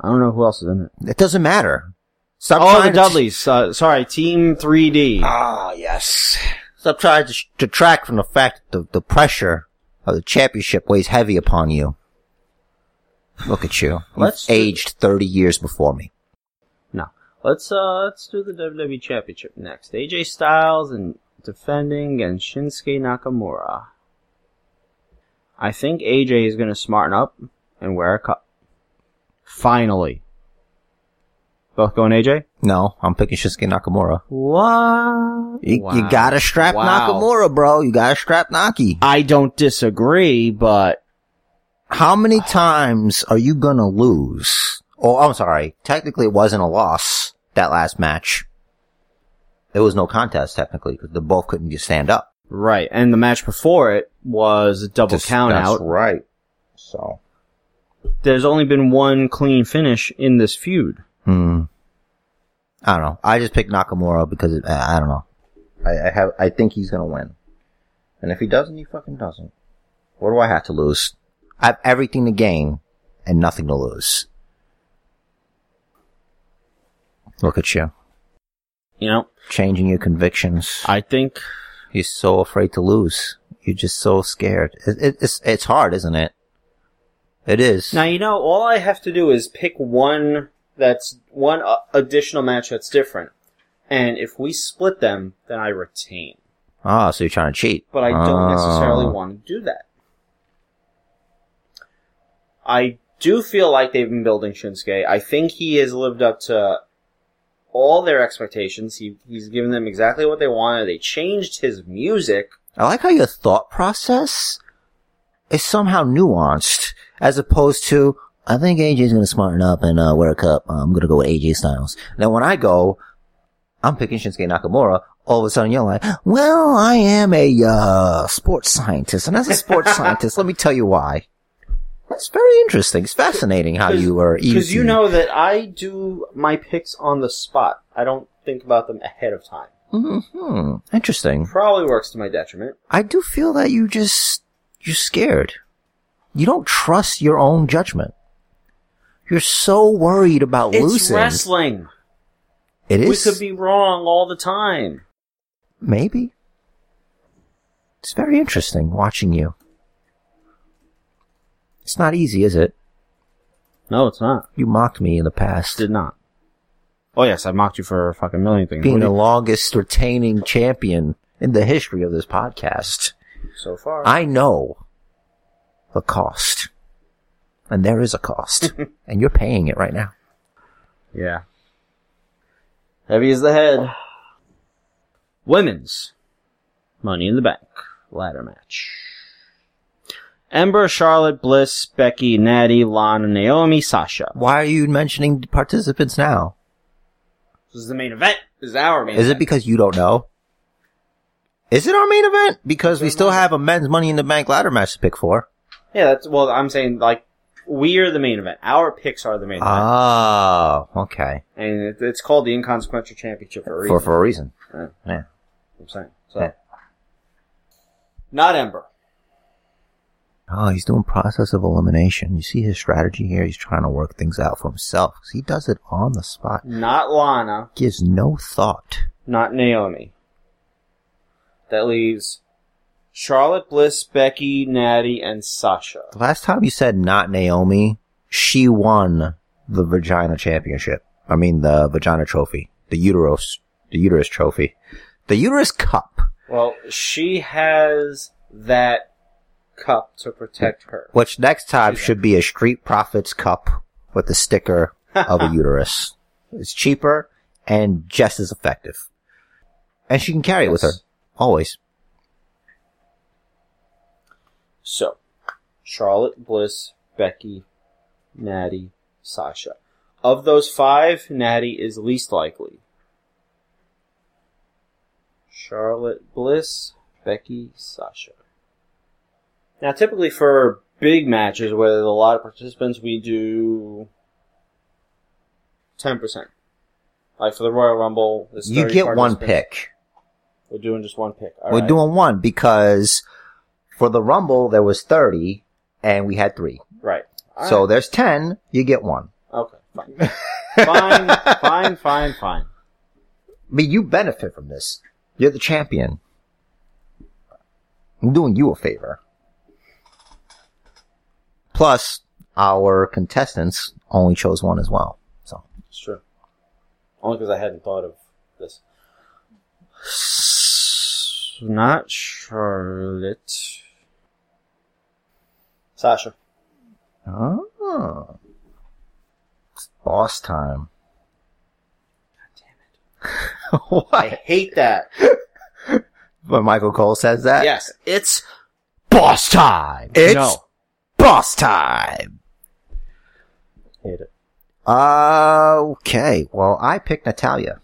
Speaker 4: I don't know who else is in it.
Speaker 3: It doesn't matter. Stop
Speaker 4: Oh,
Speaker 3: trying
Speaker 4: the
Speaker 3: to-
Speaker 4: Dudleys. Uh, sorry, Team 3D.
Speaker 3: Ah, yes. Stop trying to sh- detract from the fact that the, the pressure of the championship weighs heavy upon you. Look at you.
Speaker 4: Let's
Speaker 3: You've aged 30 years before me.
Speaker 4: no, let's uh let's do the WWE Championship next. AJ Styles and defending against Shinsuke Nakamura. I think AJ is gonna smarten up and wear a cup. Finally. Both going AJ.
Speaker 3: No, I'm picking Shinsuke Nakamura.
Speaker 4: What?
Speaker 3: You,
Speaker 4: Wow.
Speaker 3: you gotta strap
Speaker 4: Wow.
Speaker 3: Nakamura, bro. You gotta strap Naki.
Speaker 4: I don't disagree, but
Speaker 3: How many times are you gonna lose? Oh, I'm sorry. Technically, it wasn't a loss, that last match. It was no contest, technically, because they both couldn't just stand up.
Speaker 4: right. And the match before it was a double
Speaker 3: Just-
Speaker 4: count
Speaker 3: that's
Speaker 4: out.
Speaker 3: right. So.
Speaker 4: There's only been one clean finish in this feud.
Speaker 3: Hmm. I don't know. I just picked Nakamura because it, I I don't know. I, I have. I think he's gonna win. And if he doesn't, he fucking doesn't. What do I have to lose? I have everything to gain and nothing to lose. Look at you,
Speaker 4: You know,
Speaker 3: changing your convictions.
Speaker 4: I think
Speaker 3: You're so afraid to lose. You're just so scared. It, it, it's it's hard, isn't it? It is.
Speaker 4: Now you know all I have to do is pick one that's one uh, additional match that's different, and if we split them, then I retain.
Speaker 3: Ah, so you're trying to cheat.
Speaker 4: But I don't
Speaker 3: Ah.
Speaker 4: necessarily want to do that. I do feel like they've been building Shinsuke. I think he has lived up to all their expectations. He, he's given them exactly what they wanted. They changed his music.
Speaker 3: I like how your thought process is somehow nuanced, as opposed to, I think AJ's gonna smarten up and uh, wear a cup. I'm gonna go with AJ Styles. Now when I go, I'm picking Shinsuke Nakamura. All of a sudden you're like, well, I am a, uh, sports scientist. And as a sports scientist, let me tell you why. It's very interesting. It's fascinating how Ah, you are
Speaker 4: Because you
Speaker 3: easy.
Speaker 4: know that I do my picks on the spot. I don't think about them ahead of time.
Speaker 3: hmm Interesting.
Speaker 4: Probably works to my detriment.
Speaker 3: I do feel that you just you're scared. You don't trust your own judgment. You're so worried about
Speaker 4: It's
Speaker 3: losing.
Speaker 4: wrestling.
Speaker 3: It
Speaker 4: We
Speaker 3: is
Speaker 4: could be wrong all the time.
Speaker 3: maybe. It's very interesting watching you. It's not easy, is it?
Speaker 4: No, it's not.
Speaker 3: You mocked me in the past.
Speaker 4: Did not. Oh yes, I mocked you for a fucking million things.
Speaker 3: Being
Speaker 4: What
Speaker 3: the
Speaker 4: do
Speaker 3: longest retaining champion in the history of this podcast.
Speaker 4: you- so far,
Speaker 3: I know the cost. And there is a cost. and you're paying it right now.
Speaker 4: yeah. Heavy as the head. Women's Money in the Bank ladder match. Ember, Charlotte, Bliss, Becky, Natty, Lana, Naomi, Sasha.
Speaker 3: Why are you mentioning participants now?
Speaker 4: This is the main event. This is our main.
Speaker 3: Is it
Speaker 4: event.
Speaker 3: because you don't know? Is it our main event? Because we still have a men's Money in the Bank ladder match to pick for.
Speaker 4: yeah, that's well. I'm saying like we are the main event. Our picks are the main
Speaker 3: Uh.
Speaker 4: event,
Speaker 3: Oh, okay.
Speaker 4: and it, it's called the inconsequential championship for a reason. Uh,
Speaker 3: For for a reason.
Speaker 4: Right.
Speaker 3: Yeah.
Speaker 4: I'm saying so.
Speaker 3: Yeah.
Speaker 4: Not Ember.
Speaker 3: Oh, he's doing process of elimination. You see his strategy here. He's trying to work things out for himself 'cause he does it on the spot.
Speaker 4: Not Lana,
Speaker 3: Gives no thought.
Speaker 4: not Naomi. That leaves Charlotte Bliss, Becky, Natty, and Sasha.
Speaker 3: The last time you said not Naomi, she won the vagina championship. I mean the vagina trophy, the uterus, the uterus trophy, the uterus cup.
Speaker 4: Well, she has that cup to protect her.
Speaker 3: Which next time should be a Street Profits cup with the sticker of a uterus. It's cheaper and just as effective. And she can carry it with her.
Speaker 4: Yes.
Speaker 3: Always.
Speaker 4: So, Charlotte Bliss, Becky, Natty, Sasha. Of those five, Natty is least likely. Charlotte Bliss, Becky, Sasha. Now, typically for big matches where there's a lot of participants, we do 10%. Like for the Royal Rumble, there's
Speaker 3: You
Speaker 4: 30
Speaker 3: get one
Speaker 4: participants.
Speaker 3: pick.
Speaker 4: We're doing just one pick. All
Speaker 3: We're
Speaker 4: right.
Speaker 3: doing one because for the Rumble there was 30 and we had three.
Speaker 4: right. All
Speaker 3: so there's 10, you get one.
Speaker 4: Okay, fine. fine, fine, fine, fine.
Speaker 3: But you benefit from this. You're the champion. I'm doing you a favor. Plus, our contestants only chose one as well. So,
Speaker 4: It's true. Only because I hadn't thought of this. Not Charlotte. Sasha.
Speaker 3: oh. It's boss time. God damn it.
Speaker 4: I
Speaker 3: what?
Speaker 4: hate that.
Speaker 3: When Michael Cole says that?
Speaker 4: yes, it's
Speaker 3: Boss time! It's
Speaker 4: No.
Speaker 3: boss time!
Speaker 4: hate it.
Speaker 3: Okay. Well, I picked Natalia.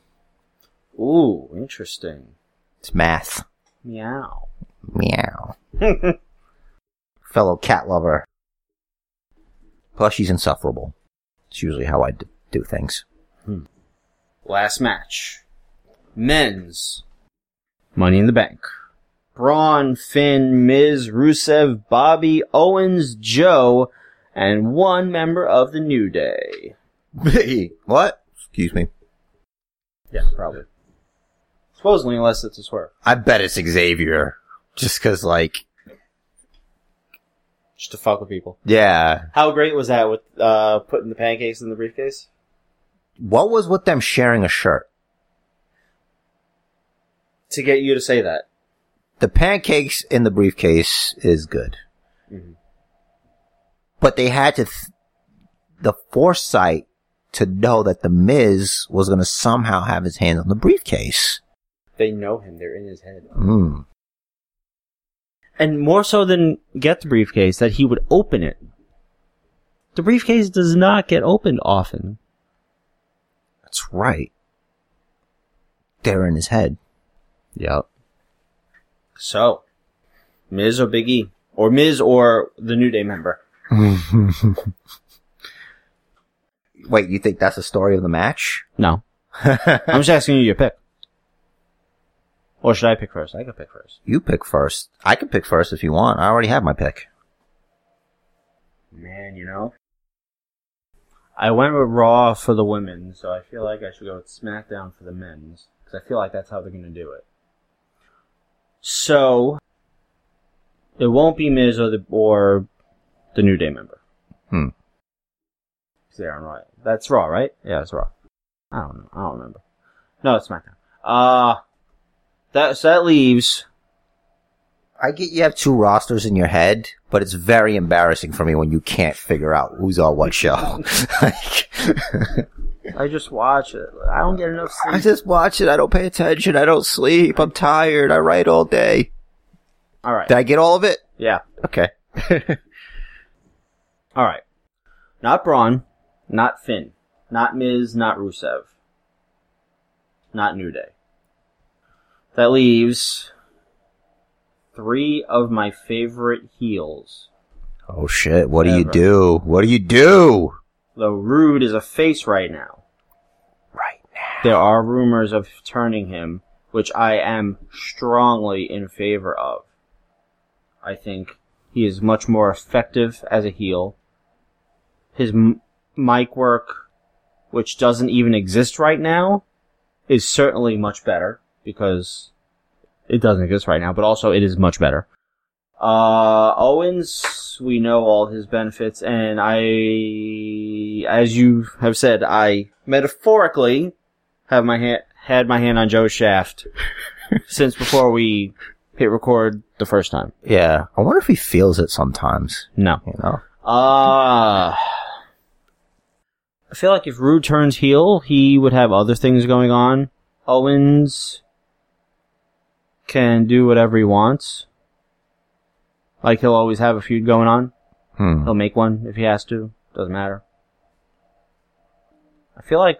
Speaker 4: Ooh, interesting.
Speaker 3: It's math.
Speaker 4: Meow.
Speaker 3: Meow. Fellow cat lover. Plus, she's insufferable. It's usually how I d- do things.
Speaker 4: Last match. Men's. Money in the Bank. Braun, Finn, Miz, Rusev, Bobby, Owens, Joe, and one member of the New Day.
Speaker 3: what? Excuse me.
Speaker 4: Yeah, probably. Supposedly, unless it's a swerve.
Speaker 3: I bet it's Xavier. Just cause, like,
Speaker 2: just to fuck with people.
Speaker 3: Yeah.
Speaker 2: How great was that with uh, putting the pancakes in the briefcase?
Speaker 3: What was with them sharing a shirt?
Speaker 2: To get you to say that.
Speaker 3: The pancakes in the briefcase is good.
Speaker 2: Mhm.
Speaker 3: But they had to, th- the foresight to know that the Miz was going to somehow have his hand on the briefcase.
Speaker 2: They know him. They're in his head.
Speaker 3: Mm.
Speaker 4: And more so than get the briefcase, that he would open it. The briefcase does not get opened often.
Speaker 3: That's right. They're in his head.
Speaker 4: Yep.
Speaker 2: So, Miz or Big E? Or Miz or the New Day member?
Speaker 3: Wait, you think that's the story of the match?
Speaker 4: No. I'm just asking you your pick. Or should I pick first? I could pick first.
Speaker 3: you pick first. I can pick first if you want. I already have my pick.
Speaker 2: Man, you know.
Speaker 4: I went with Raw for the women.
Speaker 2: And so I feel like I should go with SmackDown for the men's. Because I feel like that's how they're going to do it.
Speaker 4: So it won't be Miz or the or the New Day member.
Speaker 3: Hmm.
Speaker 4: Is there on Raw? That's Raw, right? Yeah, it's Raw. I don't know. I don't remember. No, it's SmackDown. Uh that so that leaves
Speaker 3: I get you have two rosters in your head, but it's very embarrassing for me when you can't figure out who's on what show. like,
Speaker 4: I just watch it. I don't get enough
Speaker 3: I
Speaker 4: sleep.
Speaker 3: just watch it. I don't pay attention. I don't sleep. I'm tired. I write all day.
Speaker 4: All right.
Speaker 3: Did I get all of it?
Speaker 4: Yeah.
Speaker 3: Okay.
Speaker 4: All right. Not Braun, not Finn, not Miz, not Rusev, not New Day. That leaves three of my favorite heels.
Speaker 3: Oh shit! What do you
Speaker 4: Ever.
Speaker 3: do? What do you do?
Speaker 4: Though Rude is a face right now,
Speaker 3: Right now.
Speaker 4: there are rumors of turning him, which I am strongly in favor of. I think he is much more effective as a heel. His m- mic work, which doesn't even exist right now, is certainly much better because it doesn't exist right now, but also it is much better. Uh, Owens, we know all his benefits, and I, as you have said, I metaphorically have my hand, had my hand on Joe's shaft since before we hit record the first time.
Speaker 3: Yeah. I wonder if he feels it sometimes.
Speaker 4: No.
Speaker 3: You know.
Speaker 4: Uh, I feel like if Rude turns heel, he would have other things going on. Owens can do whatever he wants. Like he'll always have a feud going on.
Speaker 3: Hmm.
Speaker 4: He'll make one if he has to. Doesn't matter. I feel like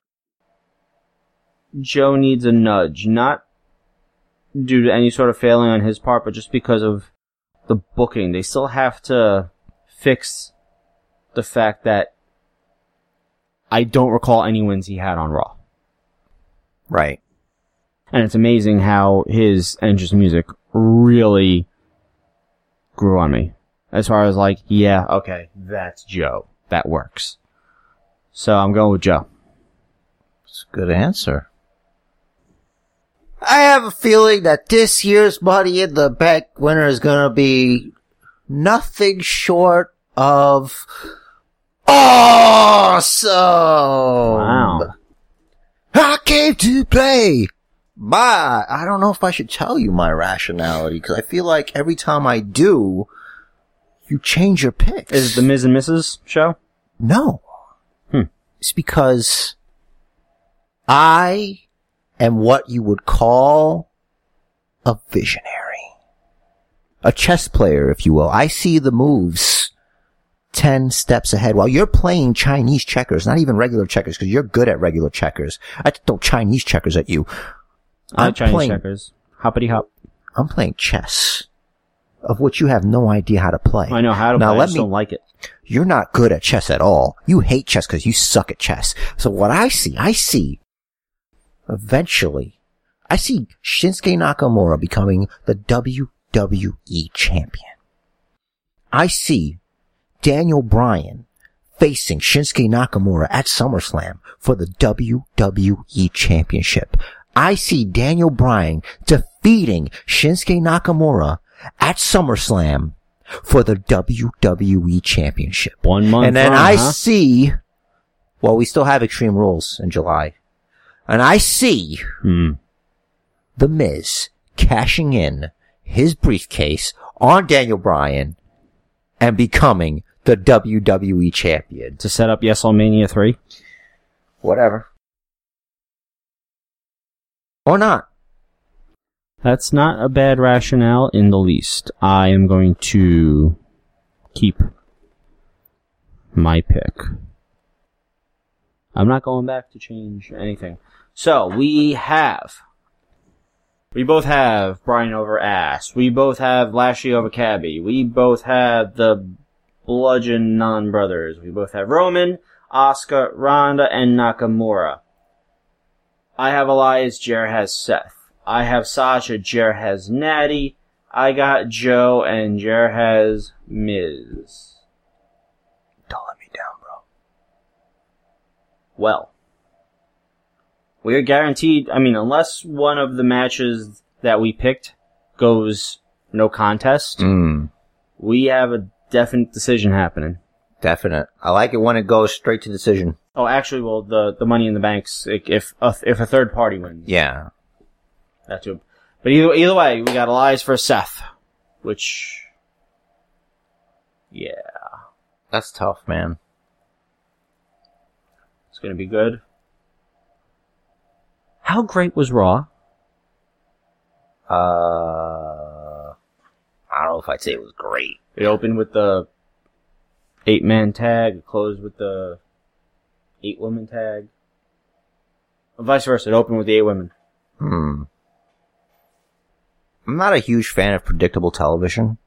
Speaker 4: Joe needs a nudge, not due to any sort of failing on his part, but just because of the booking. They still have to fix the fact that I don't recall any wins he had on Raw.
Speaker 3: Right.
Speaker 4: And it's amazing how his entrance music really grew on me. As far as like, yeah, okay, that's Joe. That works. So I'm going with Joe.
Speaker 3: It's a good answer. I have a feeling that this year's Money in the Bank winner is going to be nothing short of awesome.
Speaker 4: Wow.
Speaker 3: I came to play. My, I don't know if I should tell you my rationality because I feel like every time I do, you change your picks.
Speaker 4: Is the Ms. and Mrs. show?
Speaker 3: No.
Speaker 4: Hmm.
Speaker 3: It's because I am what you would call a visionary. A chess player, if you will. I see the moves 10 steps ahead while you're playing Chinese checkers, not even regular checkers, because you're good at regular checkers. I just throw Chinese checkers at you. I'm
Speaker 4: I like Uh, Chinese
Speaker 3: playing-
Speaker 4: checkers. Hoppity hop.
Speaker 3: I'm playing chess, of which you have no idea how to play.
Speaker 4: I know how to
Speaker 3: Now
Speaker 4: play, I
Speaker 3: let
Speaker 4: just
Speaker 3: me-
Speaker 4: don't like it.
Speaker 3: you're not good at chess at all. You hate chess because you suck at chess. So what I see, I see eventually, I see Shinsuke Nakamura becoming the WWE champion. I see Daniel Bryan facing Shinsuke Nakamura at SummerSlam for the WWE championship. I see Daniel Bryan defeating Shinsuke Nakamura at SummerSlam for the WWE Championship.
Speaker 4: One month.
Speaker 3: and then
Speaker 4: from,
Speaker 3: I
Speaker 4: huh?
Speaker 3: see, well, we still have Extreme Rules in July. And I see
Speaker 4: Hmm.
Speaker 3: The Miz cashing in his briefcase on Daniel Bryan and becoming the WWE champion.
Speaker 4: to set up WrestleMania three.
Speaker 3: Whatever. Or not.
Speaker 4: That's not a bad rationale in the least. I am going to keep my pick. I'm not going back to change anything. So we have. We both have Brian over ass. We both have Lashley over Cabby. We both have the Bludgeon Non Brothers. We both have Roman, Oscar, Ronda, and Nakamura. I have Elias, Jer has Seth. I have Sasha, Jer has Natty. I got Joe, and Jer has Miz.
Speaker 3: Don't let me down, bro.
Speaker 4: Well, we are guaranteed, I mean, unless one of the matches that we picked goes no contest,
Speaker 3: Mm,
Speaker 4: we have a definite decision happening.
Speaker 3: definite. I like it when it goes straight to decision.
Speaker 4: Oh, actually, well, the, the money in the banks, i- if a, if a third party wins.
Speaker 3: Yeah.
Speaker 4: That too. But either either way, we got Elias for Seth, which, yeah,
Speaker 3: That's tough, man.
Speaker 4: it's gonna be good. How great was Raw?
Speaker 3: Uh, I don't know if I'd say it was great.
Speaker 4: It opened with the eight man tag. It closed with the eight woman tag. Or vice versa. It opened with the eight women.
Speaker 3: Hmm. I'm not a huge fan of predictable television.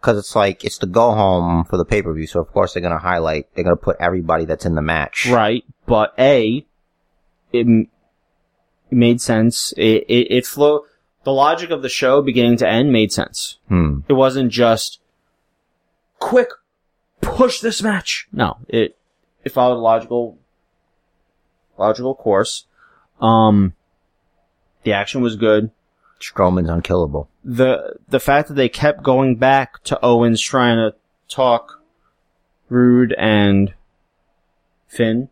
Speaker 3: Cause it's like, it's the go home for the pay per view, so of course they're gonna highlight, they're gonna put everybody that's in the match.
Speaker 4: Right, but a it, m- it made sense. It it, it flowed. The logic of the show, beginning to end, made sense.
Speaker 3: Hmm.
Speaker 4: It wasn't just quick push this match. No, it it followed a logical logical course. Um, the action was good.
Speaker 3: Strowman's unkillable.
Speaker 4: the the fact that they kept going back to Owens trying to talk Rude and Finn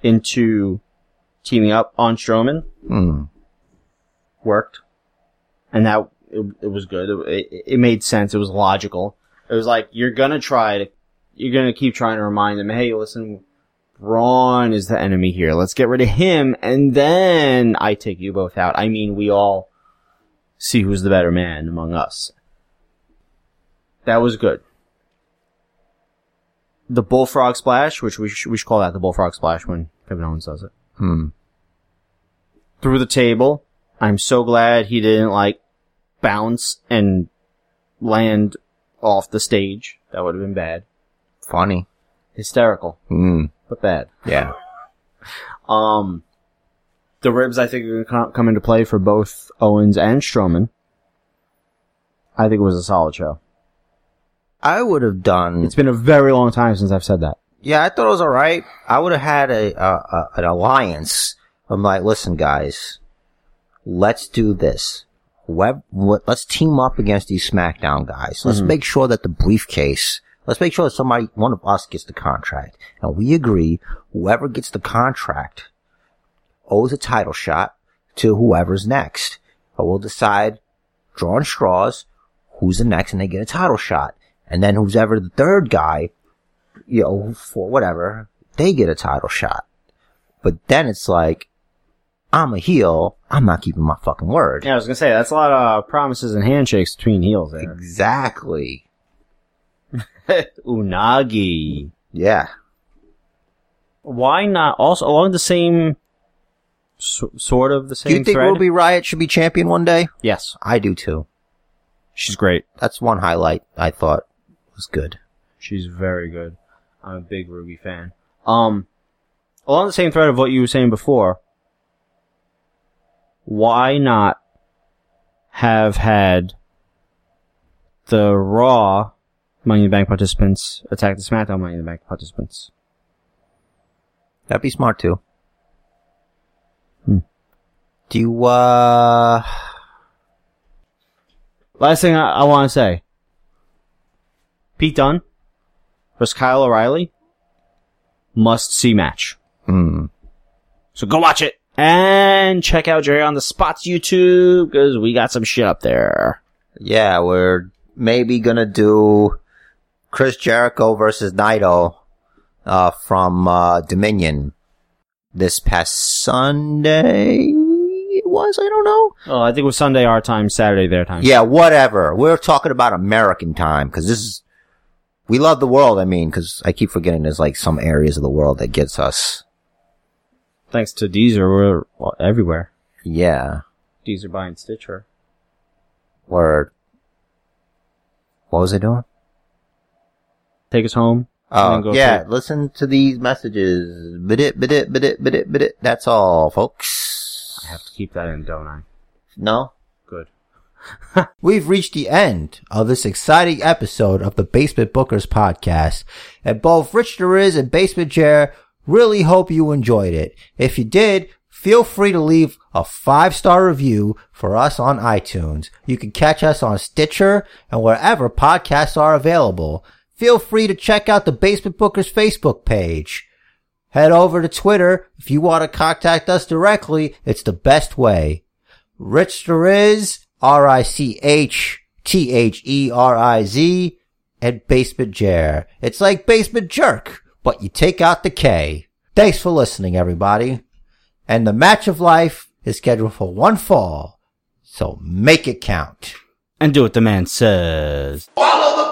Speaker 4: into teaming up on Strowman
Speaker 3: Hmm.
Speaker 4: worked, and that it, it was good. It, it, it made sense. It was logical. It was like you're gonna try to, you're gonna keep trying to remind them, hey, listen, Braun is the enemy here. Let's get rid of him, and then I take you both out. I mean, we all see who's the better man among us. That was good. The bullfrog splash, which we should, we should call that the bullfrog splash when Kevin Owens does it
Speaker 3: Hmm.
Speaker 4: through the table. I'm so glad he didn't like bounce and land off the stage. That would have been bad.
Speaker 3: Funny.
Speaker 4: Hysterical,
Speaker 3: Hmm.
Speaker 4: but bad.
Speaker 3: Yeah.
Speaker 4: Um, the ribs I think are going to come into play for both Owens and Strowman. I think it was a solid show.
Speaker 3: I would have done.
Speaker 4: It's been a very long time since I've said that.
Speaker 3: Yeah, I thought it was alright. I would have had a, a, a an alliance. I'm like, listen, guys, let's do this. Web, what- let's team up against these SmackDown guys. Let's make sure that the briefcase. Let's make sure that somebody, one of us, gets the contract, and we agree whoever gets the contract owes a title shot to whoever's next. But we'll decide, drawing straws, who's the next, and they get a title shot. And then who's ever the third guy you know, for whatever, they get a title shot. But then it's like, I'm a heel. I'm not keeping my fucking word.
Speaker 4: Yeah, I was going to say, that's a lot of promises and handshakes between heels there.
Speaker 3: Exactly.
Speaker 4: Unagi.
Speaker 3: Yeah.
Speaker 4: why not also along the same s sort of the
Speaker 3: Do
Speaker 4: same
Speaker 3: you think
Speaker 4: thread?
Speaker 3: Ruby Riot should be champion one day?
Speaker 4: yes,
Speaker 3: I do too.
Speaker 4: she's great.
Speaker 3: That's one highlight I thought was good.
Speaker 4: She's very good. I'm a big Ruby fan. Um, along the same thread of what you were saying before, why not have had the Raw Money in the Bank participants attack the SmackDown Money in the Bank participants?
Speaker 3: That'd be smart too.
Speaker 4: Hmm.
Speaker 3: Do you, uh,
Speaker 4: Last thing I, I want to say. Pete Dunne versus Kyle O'Reilly. Must see match.
Speaker 3: Mm.
Speaker 4: So go watch it and check out Jerry on the Spots YouTube because we got some shit up there.
Speaker 3: Yeah, we're maybe gonna do Chris Jericho versus Naito uh, from uh, Dominion this past Sunday. It was I don't know.
Speaker 4: Oh, I think it was Sunday our time, Saturday their time.
Speaker 3: Yeah, whatever. We're talking about American time because this is we love the world. I mean, because I keep forgetting there's like some areas of the world that gets us.
Speaker 4: Thanks to Deezer, we're well, everywhere.
Speaker 3: Yeah,
Speaker 4: Deezer buying Stitcher.
Speaker 3: word. What was I doing?
Speaker 4: Take us home. And then
Speaker 3: Oh
Speaker 4: go
Speaker 3: yeah,
Speaker 4: through-
Speaker 3: listen to these messages. Bidit, bidit, bidit, bidit, bidit. That's all, folks.
Speaker 4: I have to keep that in, don't I?
Speaker 3: No?
Speaker 4: Good.
Speaker 3: We've reached the end of this exciting episode of the Basement Bookers podcast, and both Rich Deriz and Basement Chair really hope you enjoyed it. If you did, feel free to leave a five star review for us on iTunes. You can catch us on Stitcher and wherever podcasts are available. Feel free to check out the Basement Bookers Facebook page. Head over to Twitter if you want to contact us directly. It's the best way. Rich Riz, R I C H T H E R I Z, and Basement Jer. It's like Basement Jerk, but you take out the K. Thanks for listening, everybody. And the match of life is scheduled for one fall, so make it count.
Speaker 4: And do what the man says.
Speaker 1: Follow the